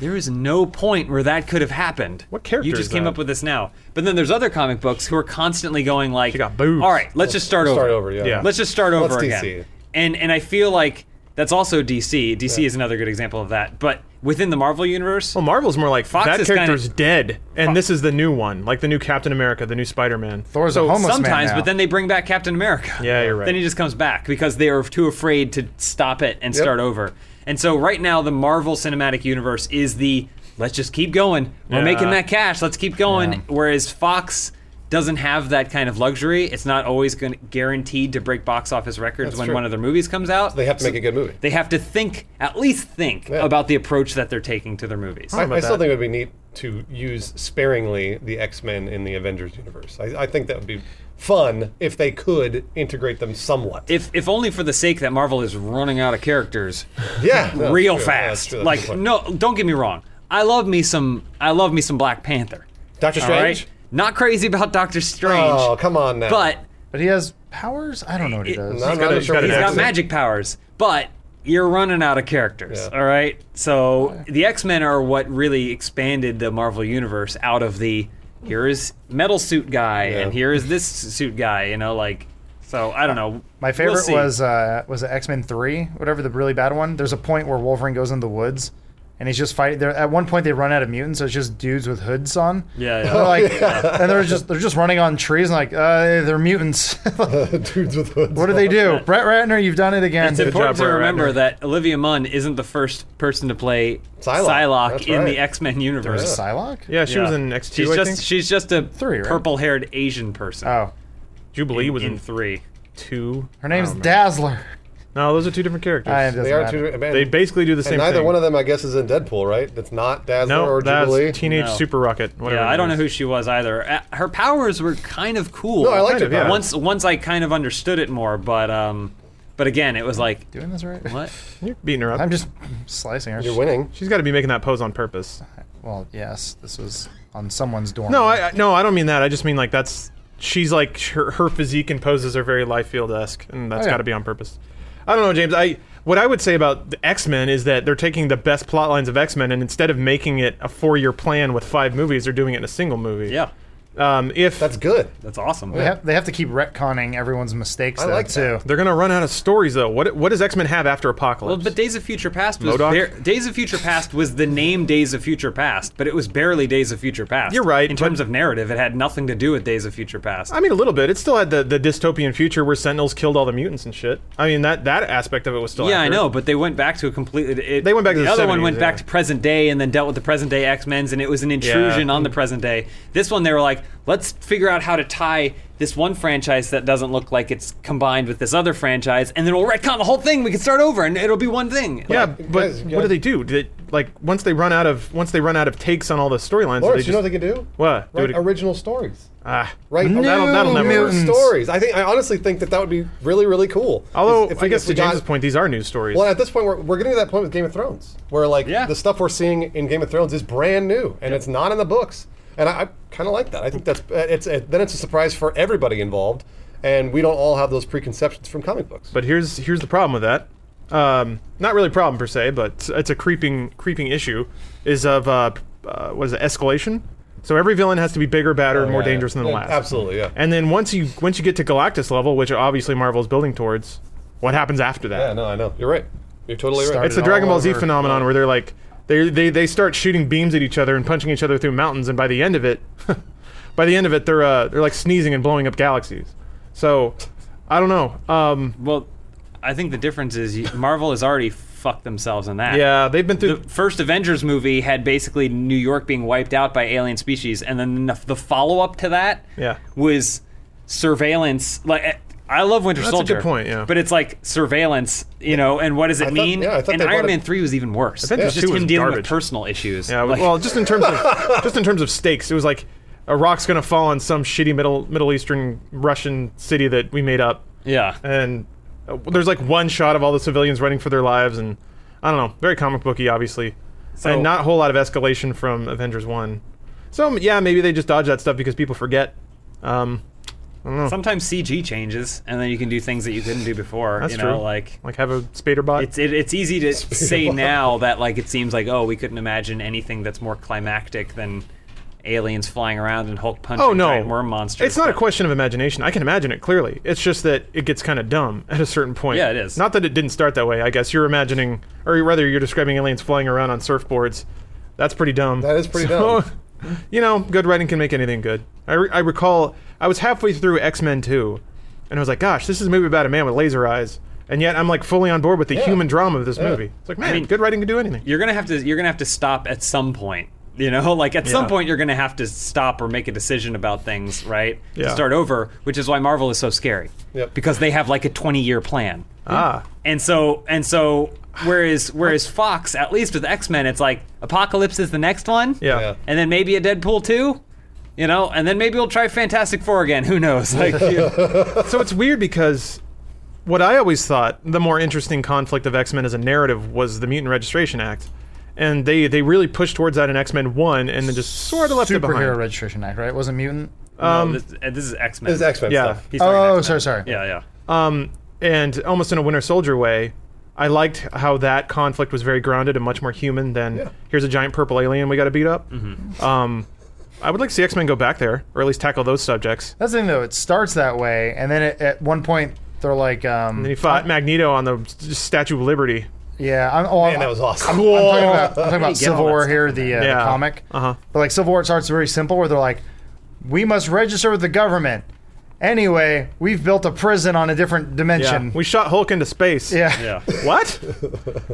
Speaker 2: there is no point where that could have happened.
Speaker 4: What character
Speaker 2: You
Speaker 4: is
Speaker 2: just came
Speaker 4: that?
Speaker 2: up with this now. But then there's other comic books who are constantly going like,
Speaker 4: She got boobs.
Speaker 2: all right, let's just start, over.
Speaker 3: Start over, yeah.
Speaker 4: Yeah.
Speaker 2: Let's just start
Speaker 3: Well,
Speaker 2: over
Speaker 3: it's DC.
Speaker 2: again. And and I feel like that's also DC. DC is another good example of that. But within the Marvel universe,
Speaker 4: Well, Marvel's more like
Speaker 2: Fox
Speaker 4: that
Speaker 2: is kinda-
Speaker 4: character's dead, and this is the new one, like the new Captain America, the new Spider-Man.
Speaker 1: Thor's a homeless man
Speaker 2: sometimes,
Speaker 1: now.
Speaker 2: but then they bring back Captain America.
Speaker 4: Yeah, you're right.
Speaker 2: Then he just comes back because they are too afraid to stop it and start over. And so right now, the Marvel Cinematic Universe is the let's just keep going. We're
Speaker 4: Yeah.
Speaker 2: making that cash. Let's keep going.
Speaker 1: Yeah.
Speaker 2: Whereas Fox doesn't have that kind of luxury. It's not always going guaranteed to break box office records when
Speaker 3: true.
Speaker 2: one of their movies comes out.
Speaker 3: They have to make a good movie.
Speaker 2: They have to think, at least think
Speaker 3: Yeah.
Speaker 2: about the approach that they're taking to their movies.
Speaker 3: I,
Speaker 4: about
Speaker 3: I still
Speaker 4: that.
Speaker 3: think it would be neat to use sparingly the X Men in the Avengers universe. I, I think that would be fun if they could integrate them somewhat.
Speaker 2: If, if only for the sake that Marvel is running out of characters.
Speaker 3: yeah, no, that's
Speaker 2: real
Speaker 3: true. Yeah, that's
Speaker 2: fast.
Speaker 3: true. That's a
Speaker 2: like
Speaker 3: good point.
Speaker 2: no, don't get me wrong. I love me some. I love me some Black Panther.
Speaker 3: Doctor
Speaker 2: All right,
Speaker 3: Strange.
Speaker 2: not crazy about Doctor Strange,
Speaker 3: Oh, come on now.
Speaker 2: but
Speaker 1: But he has powers. I don't know what he
Speaker 2: It-
Speaker 1: does.
Speaker 3: No, I'm not
Speaker 4: gotta-
Speaker 3: sure
Speaker 4: he's
Speaker 2: he's
Speaker 3: what
Speaker 2: got
Speaker 3: accent.
Speaker 2: magic powers. But you're running out of characters.
Speaker 3: Yeah.
Speaker 2: All right, so the X Men are what really expanded the Marvel universe out of the here is metal suit guy
Speaker 3: Yeah.
Speaker 2: and here is this suit guy. You know, like so I don't know.
Speaker 1: My
Speaker 2: We'll
Speaker 1: favorite
Speaker 2: see.
Speaker 1: was uh, was X Men Three, whatever the really bad one. There's a point where Wolverine goes in the woods, and he's just fighting. There at one point they run out of mutants, so it's just dudes with hoods on.
Speaker 2: Yeah, yeah.
Speaker 1: And they're like, and they're just they're just running on trees, and like uh, they're mutants. what
Speaker 3: dudes with hoods.
Speaker 1: do they do? Brett Ratner, you've done it again.
Speaker 2: It's important
Speaker 4: job, Brett
Speaker 2: to remember
Speaker 4: Ratner.
Speaker 2: that Olivia Munn isn't the first person to play
Speaker 3: Psylocke,
Speaker 2: Psylocke,
Speaker 3: that's
Speaker 2: in
Speaker 3: right.
Speaker 2: the X Men
Speaker 1: There's
Speaker 2: universe.
Speaker 1: a Psylocke.
Speaker 4: Yeah, she was
Speaker 2: Yeah.
Speaker 4: in X two.
Speaker 2: She's
Speaker 4: I
Speaker 2: just
Speaker 4: think
Speaker 2: she's just a
Speaker 1: Three, right?
Speaker 2: purple-haired Asian person.
Speaker 1: Oh,
Speaker 4: Jubilee was in,
Speaker 2: in three.
Speaker 4: two.
Speaker 1: her name's
Speaker 2: Oh,
Speaker 4: I don't
Speaker 1: Dazzler.
Speaker 4: know. No, those are two different characters.
Speaker 1: I, it doesn't
Speaker 3: They are
Speaker 1: matter.
Speaker 3: two. man,
Speaker 4: they basically do the
Speaker 3: and
Speaker 4: same
Speaker 3: neither
Speaker 4: thing.
Speaker 3: one of them, I guess, is in Deadpool, right? That's not Dazzler
Speaker 4: no,
Speaker 3: or
Speaker 4: that's
Speaker 3: Jubilee.
Speaker 4: Teenage
Speaker 2: No.
Speaker 4: Super Rocket. Whatever
Speaker 2: Yeah, I
Speaker 4: that
Speaker 2: don't know
Speaker 4: is.
Speaker 2: who she was either. Uh, Her powers were kind of cool.
Speaker 3: No, I liked
Speaker 4: Kind
Speaker 3: it.
Speaker 4: of, yeah.
Speaker 3: though.
Speaker 2: Once once I kind of understood it more, but um, but again, it was like
Speaker 1: Doing this right?
Speaker 2: what?
Speaker 4: You're beating her up.
Speaker 1: I'm just slicing her.
Speaker 3: You're winning.
Speaker 4: She's got to be making that pose on purpose.
Speaker 1: Well, yes, this was on someone's dorm.
Speaker 4: No, I, I no, I don't mean that. I just mean like that's she's like her, her physique and poses are very Liefeld esque, and that's
Speaker 2: Oh,
Speaker 1: yeah.
Speaker 4: got to be on purpose. I don't know, James. I what I would say about the X Men is that they're taking the best plot lines of X Men, and instead of making it a four year plan with five movies, they're doing it in a single movie.
Speaker 2: Yeah,
Speaker 4: Um, if
Speaker 3: That's good.
Speaker 2: that's awesome.
Speaker 1: They have, they have to keep retconning everyone's mistakes.
Speaker 3: I
Speaker 1: though,
Speaker 3: like
Speaker 1: too.
Speaker 3: that.
Speaker 4: they're gonna run out of stories, though, what what does X Men have after
Speaker 2: Well,
Speaker 4: Apocalypse?
Speaker 2: but Days of Future Past was
Speaker 4: MODOK?
Speaker 2: bare- Days of Future Past was the name Days of Future Past, but it was barely Days of Future Past.
Speaker 4: You're right,
Speaker 2: In
Speaker 4: but-
Speaker 2: terms of narrative, it had nothing to do with Days of Future Past.
Speaker 4: I mean, a little bit. It still had the, the dystopian future where Sentinels killed all the mutants and shit. I mean, that, that aspect of it was still.
Speaker 2: yeah, I
Speaker 4: accurate.
Speaker 2: know, but they went back to a completely. It,
Speaker 4: They went back to
Speaker 2: the
Speaker 4: the
Speaker 2: other one
Speaker 4: 70s,
Speaker 2: went
Speaker 4: yeah.
Speaker 2: back to present day and then dealt with the present day X Men's, and it was an intrusion on the present day. This one, they were like, let's figure out how to tie this one franchise that doesn't look like it's combined with this other franchise, and then we'll retcon the whole thing. We can start over, and it'll be one thing.
Speaker 4: Yeah,
Speaker 3: Like,
Speaker 4: but
Speaker 3: guys,
Speaker 4: what do
Speaker 3: guys-
Speaker 4: they do? Do They, like once they run out of once they run out of takes on all the storylines, do they
Speaker 3: Lawrence,
Speaker 4: just
Speaker 3: you know what they could do?
Speaker 4: What? Do
Speaker 3: Write
Speaker 4: it-
Speaker 3: original stories.
Speaker 4: ah,
Speaker 3: Right?
Speaker 4: That'll, that'll
Speaker 1: No,
Speaker 4: never
Speaker 1: no.
Speaker 3: Newer
Speaker 4: work.
Speaker 1: Mutants.
Speaker 3: stories. I think I honestly think that that would be really really cool.
Speaker 4: Although
Speaker 3: If- if
Speaker 4: I
Speaker 3: we-
Speaker 4: guess
Speaker 3: if
Speaker 4: to
Speaker 3: we got-
Speaker 4: James's point, these are news stories.
Speaker 3: Well, at this point, we're, we're getting to that point with Game of Thrones, where like
Speaker 2: Yeah.
Speaker 3: the stuff we're seeing in Game of Thrones is brand new and it's not in the books, and I, I kind of like that. I think that's uh, it's it, then it's a surprise for everybody involved, and we don't all have those preconceptions from comic books.
Speaker 4: but here's here's the problem with that. um, not really a problem per se, but it's- it's a creeping creeping issue, is of uh, p- uh, what is it escalation? So every villain has to be bigger, badder, and more
Speaker 3: Oh, yeah,
Speaker 4: dangerous than the
Speaker 3: yeah,
Speaker 4: last.
Speaker 3: absolutely, yeah.
Speaker 4: And then once you once you get to Galactus level, which obviously Marvel's building towards, what happens after that?
Speaker 3: Yeah, no, I know. You're right. You're totally
Speaker 1: Start
Speaker 3: right.
Speaker 4: It's the
Speaker 1: it
Speaker 4: Dragon
Speaker 1: all
Speaker 4: Ball Z
Speaker 1: over.
Speaker 4: phenomenon where they're like they, they they start shooting beams at each other and punching each other through mountains, and by the end of it, by the end of it, they're uh, they're like sneezing and blowing up galaxies. So I don't know. Um,
Speaker 2: Well, I think the difference is you, Marvel has already fucked themselves in that.
Speaker 4: yeah, they've been through.
Speaker 2: The first Avengers movie had basically New York being wiped out by alien species, and then the, the follow up to that
Speaker 4: Yeah.
Speaker 2: was surveillance. Like, eh, I love Winter
Speaker 4: That's a good
Speaker 2: Soldier.
Speaker 4: point, yeah.
Speaker 2: But it's like surveillance, you know, and what does it
Speaker 3: I thought-
Speaker 2: mean?
Speaker 3: yeah, I thought
Speaker 2: and
Speaker 3: they brought
Speaker 2: Iron
Speaker 3: it-
Speaker 2: Man 3 was even worse. It
Speaker 4: Avengers
Speaker 2: was just
Speaker 4: 2
Speaker 2: him
Speaker 4: was
Speaker 2: dealing with
Speaker 4: garbage.
Speaker 2: personal issues.
Speaker 4: yeah,
Speaker 2: Like,
Speaker 4: well, just in terms of just in terms of stakes, it was like a rock's gonna fall on some shitty middle Middle Eastern Russian city that we made up,
Speaker 2: yeah.
Speaker 4: and uh, there's like one shot of all the civilians running for their lives, and I don't know, very comic booky, obviously,
Speaker 2: So-
Speaker 4: and not a whole lot of escalation from Avengers One. So m- yeah, maybe they just dodge that stuff because people forget. Um,
Speaker 2: Sometimes CG changes, and then you can do things that you couldn't do before.
Speaker 4: That's
Speaker 2: you know,
Speaker 4: true.
Speaker 2: like
Speaker 4: like have a spader bot.
Speaker 2: it's it, it's easy to say now that like it seems like oh we couldn't imagine anything that's more climactic than aliens flying around and Hulk punching
Speaker 4: oh no,
Speaker 2: giant worm monsters.
Speaker 4: It's not a
Speaker 2: but-
Speaker 4: question of imagination. I can imagine it clearly. It's just that it gets kind of dumb at a certain point.
Speaker 2: Yeah, it is.
Speaker 4: Not that it didn't start that way. I guess you're imagining, or rather, you're describing aliens flying around on surfboards. That's pretty dumb.
Speaker 3: That is pretty dumb.
Speaker 4: You know, good writing can make anything good. I, re- I recall I was halfway through X Men 2, and I was like, gosh, this is a movie about a man with laser eyes. And yet I'm like fully on board with the human drama of this movie. It's like, man,
Speaker 2: mean-
Speaker 4: good writing can do anything.
Speaker 2: You're gonna have to you're gonna have to stop at some point. You know, like at some point you're gonna have to stop or make a decision about things, right?
Speaker 4: Yeah.
Speaker 2: To start over, which is why Marvel is so scary.
Speaker 3: Yep.
Speaker 2: Because they have like a 20 year plan.
Speaker 4: Ah.
Speaker 2: And so and so whereas whereas Fox, at least with X Men, it's like Apocalypse is the next one.
Speaker 4: Yeah.
Speaker 3: Yeah.
Speaker 2: And then maybe a Deadpool two. You know, and then maybe we'll try Fantastic Four again. Who knows? Like,
Speaker 4: so it's weird because what I always thought the more interesting conflict of X Men as a narrative was the Mutant Registration Act, and they they really pushed towards that in X Men One, and then just sort of left it
Speaker 1: Superhero
Speaker 4: behind.
Speaker 1: Registration Act, right? It wasn't mutant.
Speaker 2: um, this, uh, this is X Men.
Speaker 3: It's X Men
Speaker 4: Yeah.
Speaker 3: stuff.
Speaker 2: He's talking
Speaker 1: Oh,
Speaker 2: X-Men.
Speaker 1: sorry, sorry.
Speaker 2: Yeah, yeah.
Speaker 4: um, and almost in a Winter Soldier way, I liked how that conflict was very grounded and much more human than
Speaker 3: Yeah.
Speaker 4: here's a giant purple alien we got to beat up. Um, I would like to see X Men go back there, or at least tackle those subjects.
Speaker 1: That's the thing, though. It starts that way, and then it, at one point they're like, um,
Speaker 4: And he fought Magneto on the s- Statue of Liberty.
Speaker 1: "Yeah, I'm." Oh,
Speaker 3: Man, that was awesome.
Speaker 1: I'm talking about, I'm talking about
Speaker 2: get all
Speaker 1: Civil
Speaker 2: that
Speaker 1: War
Speaker 2: stuff
Speaker 1: here,
Speaker 2: in
Speaker 1: the, uh,
Speaker 4: Yeah.
Speaker 1: the comic.
Speaker 4: Uh-huh.
Speaker 1: But like Civil War starts very simple, where they're like, "We must register with the government." Anyway, we've built a prison on a different dimension.
Speaker 4: We shot Hulk into space.
Speaker 1: Yeah.
Speaker 2: Yeah.
Speaker 4: What?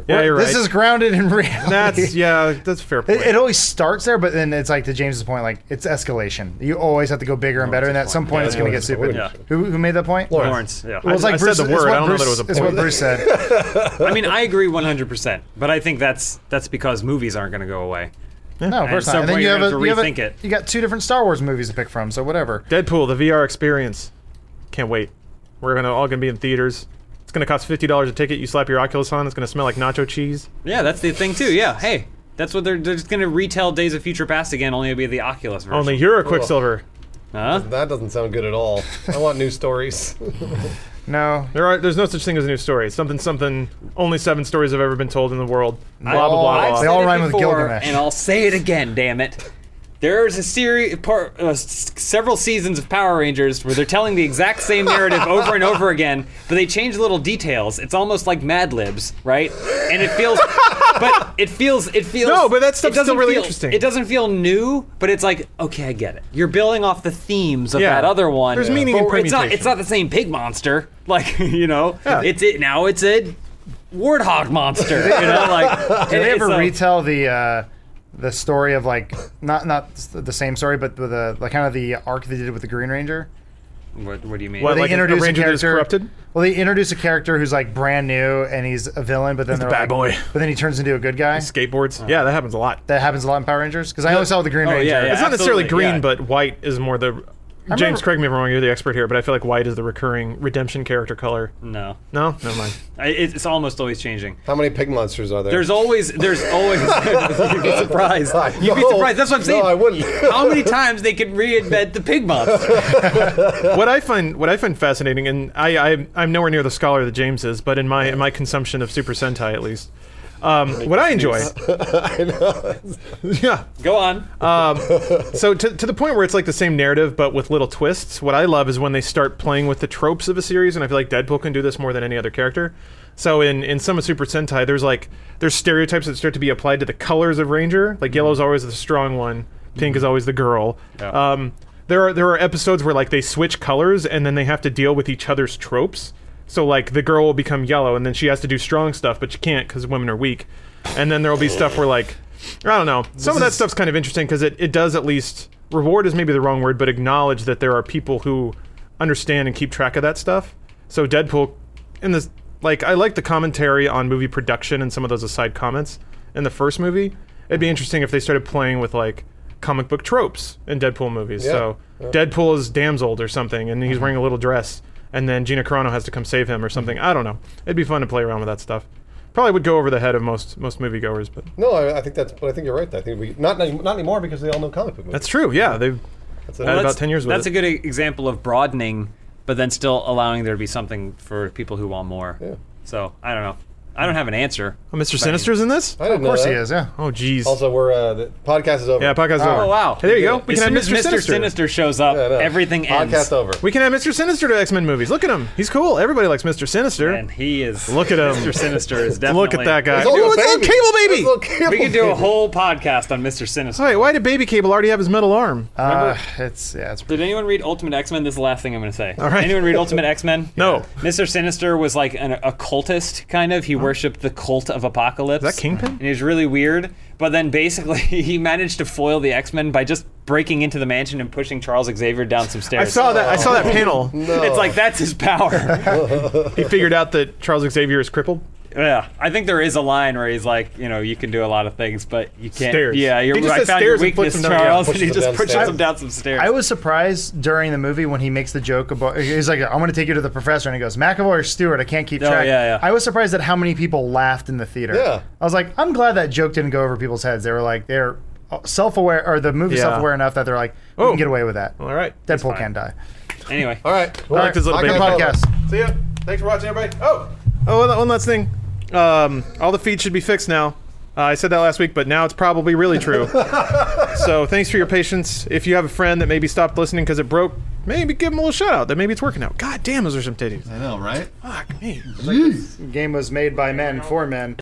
Speaker 4: yeah, you're right.
Speaker 1: This is grounded in reality.
Speaker 4: That's yeah, that's a fair point.
Speaker 1: It, it always starts there, but then it's like to James's point, like it's escalation. You always have to go bigger and better, and at some point
Speaker 3: Yeah,
Speaker 1: it's going to get
Speaker 3: that's
Speaker 1: stupid.
Speaker 3: always-
Speaker 1: Who, who made that point?
Speaker 2: Lawrence. Yeah.
Speaker 1: Well, it's
Speaker 4: I-
Speaker 1: like
Speaker 4: I said
Speaker 1: Bruce,
Speaker 4: the
Speaker 1: it's
Speaker 4: word.
Speaker 1: what
Speaker 4: I don't know
Speaker 1: Bruce,
Speaker 4: that it was a
Speaker 1: It's what
Speaker 4: point.
Speaker 1: Bruce said.
Speaker 2: I mean, I agree 100%, but I think that's that's because movies aren't going to go away.
Speaker 1: No, of course
Speaker 2: At
Speaker 1: not. And
Speaker 2: some
Speaker 1: then
Speaker 2: point
Speaker 1: you
Speaker 2: you're
Speaker 1: have, a,
Speaker 2: gonna have to
Speaker 1: you have a-
Speaker 2: rethink it.
Speaker 1: You got two different Star Wars movies to pick from, so whatever.
Speaker 4: Deadpool, the VR experience. Can't wait. We're gonna all gonna be in theaters. It's gonna cost fifty dollars a ticket. You slap your Oculus on. It's gonna smell like nacho cheese.
Speaker 2: Yeah, that's the thing too. Yeah, hey, that's what they're they're just going to retell Days of Future Past again, only it'll be the Oculus version.
Speaker 4: Only you're a Quicksilver.
Speaker 2: Huh?
Speaker 3: That doesn't sound good at all. I want new stories.
Speaker 1: No,
Speaker 4: There are there's no such thing as a new story. Something something. Only seven stories have ever been told in the world. Blah blah
Speaker 1: I've
Speaker 4: blah.
Speaker 2: I've
Speaker 1: They
Speaker 4: blah.
Speaker 2: said
Speaker 1: all
Speaker 2: it
Speaker 1: rhyme with
Speaker 2: before,
Speaker 1: Gilgamesh.
Speaker 2: and I'll say it again. Damn it! There's a series, part, uh, s- several seasons of Power Rangers where they're telling the exact same narrative over and over again, but they change little details. It's almost like Mad Libs, right? And it feels, but it feels, it feels.
Speaker 4: No, but that
Speaker 2: it
Speaker 4: stuff's
Speaker 2: doesn't
Speaker 4: still really
Speaker 2: feel-
Speaker 4: interesting.
Speaker 2: It doesn't feel new, but it's like, okay, I get it. You're building off the themes of
Speaker 4: Yeah.
Speaker 2: that other one.
Speaker 4: There's meaning in
Speaker 2: but It's not, it's
Speaker 4: permutation.
Speaker 2: not the same pig monster, like you know. It's it now. It's a warthog monster. You know, like
Speaker 1: did they ever
Speaker 2: it's a-
Speaker 1: retell the uh, the story of like not not the same story, but the, the kind of the arc they did with the Green Ranger?
Speaker 2: What, what do you mean?
Speaker 4: What,
Speaker 1: They
Speaker 4: like a- a
Speaker 1: introduce
Speaker 4: ranger that is corrupted?
Speaker 1: Well, they introduce a character who's like brand new and he's a villain, but then they're
Speaker 4: bad
Speaker 1: like-
Speaker 4: boy.
Speaker 1: But then he turns into a good guy.
Speaker 4: Skateboards. Yeah, that happens a lot.
Speaker 1: That happens a lot in Power Rangers because I always saw the Green
Speaker 2: Oh,
Speaker 1: Ranger.
Speaker 2: yeah, yeah.
Speaker 4: It's not necessarily
Speaker 2: Absolutely,
Speaker 4: green,
Speaker 2: yeah.
Speaker 4: but white is more the James,
Speaker 1: remember-
Speaker 4: correct me if I'm wrong. You're the expert here, but I feel like white is the recurring redemption character color.
Speaker 2: No,
Speaker 4: No, never mind.
Speaker 2: I, it- it's almost always changing.
Speaker 3: How many pig monsters are there?
Speaker 2: There's always, there's always. you'd be surprised.
Speaker 3: I
Speaker 2: You'd be
Speaker 3: know.
Speaker 2: surprised. That's what I'm saying.
Speaker 3: No, I wouldn't.
Speaker 2: How many times they could reinvent the pig monster?
Speaker 4: what I find what I find fascinating, and I, I I'm nowhere near the scholar that James is, but in my in my consumption of Super Sentai at least, um, what I enjoy,
Speaker 3: I know.
Speaker 4: yeah.
Speaker 2: Go on.
Speaker 4: So to to the point where it's like the same narrative but with little twists. What I love is when they start playing with the tropes of a series, and I feel like Deadpool can do this more than any other character. So in in some of Super Sentai, there's like there's stereotypes that start to be applied to the colors of Ranger. Like yellow's always the strong one, pink is always the girl.
Speaker 2: Yeah.
Speaker 4: Um, there are there are episodes where like they switch colors and then they have to deal with each other's tropes. So like the girl will become yellow and then she has to do strong stuff, but she can't because women are weak. And then there will be stuff where like I don't know. Some of that stuff's kind of interesting because it, it does at least reward is maybe the wrong word, but acknowledge that there are people who understand and keep track of that stuff. So Deadpool in this like I like the commentary on movie production and some of those aside comments in the first movie. It'd
Speaker 3: Mm-hmm.
Speaker 4: be interesting if they started playing with like comic book tropes in Deadpool movies.
Speaker 3: Yeah. Mm-hmm.
Speaker 4: So Deadpool is damseled or something, and he's wearing a little dress, and then Gina Carano has to come save him or something.
Speaker 3: Mm-hmm.
Speaker 4: I don't know. It'd be fun to play around with that stuff. Probably would go over the head of most most moviegoers, but
Speaker 3: No, I, I think that's. But I think you're right. I think we not not anymore because they all know comic book movies.
Speaker 4: that's true. Yeah, they've
Speaker 3: That's
Speaker 4: had
Speaker 3: a,
Speaker 2: Well,
Speaker 4: about
Speaker 2: that's-
Speaker 4: ten years with
Speaker 2: That's
Speaker 4: it.
Speaker 2: a good e- example of broadening, but then still allowing there to be something for people who want more.
Speaker 3: Yeah.
Speaker 2: So I don't know. I don't have an answer.
Speaker 4: oh, Mr. Sinister's in this.
Speaker 3: I didn't
Speaker 1: Of course
Speaker 3: know
Speaker 1: he
Speaker 3: that.
Speaker 1: is. Yeah.
Speaker 4: Oh, jeez.
Speaker 3: Also, we're uh, the podcast is over.
Speaker 4: yeah, podcast is
Speaker 1: Oh,
Speaker 4: over.
Speaker 2: Oh wow!
Speaker 4: Hey, there you go. We
Speaker 2: As
Speaker 4: can have
Speaker 2: soon as
Speaker 4: Mr. Sinister.
Speaker 2: Sinister shows up,
Speaker 3: I know.
Speaker 2: everything ends.
Speaker 3: podcast over.
Speaker 4: We can have Mr. Sinister to X Men movies. Look at him. He's cool. Everybody likes Mr. Sinister.
Speaker 2: And he is.
Speaker 4: Look at him.
Speaker 2: Mr. Sinister is definitely.
Speaker 4: Look at that guy.
Speaker 3: It's all
Speaker 4: Oh,
Speaker 3: a
Speaker 4: it's on
Speaker 3: baby.
Speaker 4: Cable Baby.
Speaker 3: It's all Cable
Speaker 2: We could do a
Speaker 3: Baby.
Speaker 2: whole podcast on Mr. Sinister.
Speaker 4: Wait, why did Baby Cable already have his metal arm?
Speaker 1: Uh, it's yeah. It's pretty,
Speaker 2: Did anyone read Ultimate X Men? This is the last thing I'm going to say. All
Speaker 4: right.
Speaker 2: Anyone read Ultimate X Men?
Speaker 4: No.
Speaker 2: Mr. Sinister was like an occultist, kind of. He worshipped the cult of apocalypse.
Speaker 4: Is that Kingpin?
Speaker 2: And he was really weird. But then basically, he managed to foil the X Men by just breaking into the mansion and pushing Charles Xavier down some
Speaker 4: I
Speaker 2: stairs.
Speaker 4: saw that. I saw that panel.
Speaker 2: It's like that's his power.
Speaker 4: He figured out that Charles Xavier is crippled.
Speaker 2: yeah, I think there is a line where he's like, you know, you can do a lot of things, but you can't.
Speaker 4: Stairs.
Speaker 2: Yeah, you're,
Speaker 4: He just
Speaker 2: I
Speaker 4: said
Speaker 2: found your
Speaker 4: stairs and puts
Speaker 2: weakness,
Speaker 4: him down- yeah,
Speaker 2: Charles, and
Speaker 3: pushes
Speaker 2: he
Speaker 3: him
Speaker 2: just
Speaker 3: down
Speaker 2: pushes
Speaker 3: stairs.
Speaker 2: him down some stairs.
Speaker 1: I was surprised during the movie when he makes the joke about he's like, "I'm going to take you to the professor," and he goes, "McAvoy or Stewart? I can't keep
Speaker 2: Oh,
Speaker 1: track."
Speaker 2: yeah, yeah.
Speaker 1: I was surprised at how many people laughed in the theater.
Speaker 3: Yeah.
Speaker 1: I was like, "I'm glad that joke didn't go over people's heads." They were like, they're self-aware, or the movie
Speaker 4: Yeah.
Speaker 1: self-aware enough that they're like, "We
Speaker 4: Oh.
Speaker 1: can get away with that."
Speaker 4: All right.
Speaker 1: Deadpool can die.
Speaker 2: anyway.
Speaker 3: All right.
Speaker 4: I like this little
Speaker 1: Good
Speaker 4: baby.
Speaker 1: podcast.
Speaker 4: See ya. Thanks for watching, everybody. Oh, oh, one- one last thing. Um, all the feeds should be fixed now. Uh, I said that last week, but now it's probably really true. so thanks for your patience. If you have a friend that maybe stopped listening because it broke, maybe give them a little shout out. That maybe it's working out. God damn, those are some titties.
Speaker 5: I know, right?
Speaker 4: Fuck me.
Speaker 1: Game was made by men for men.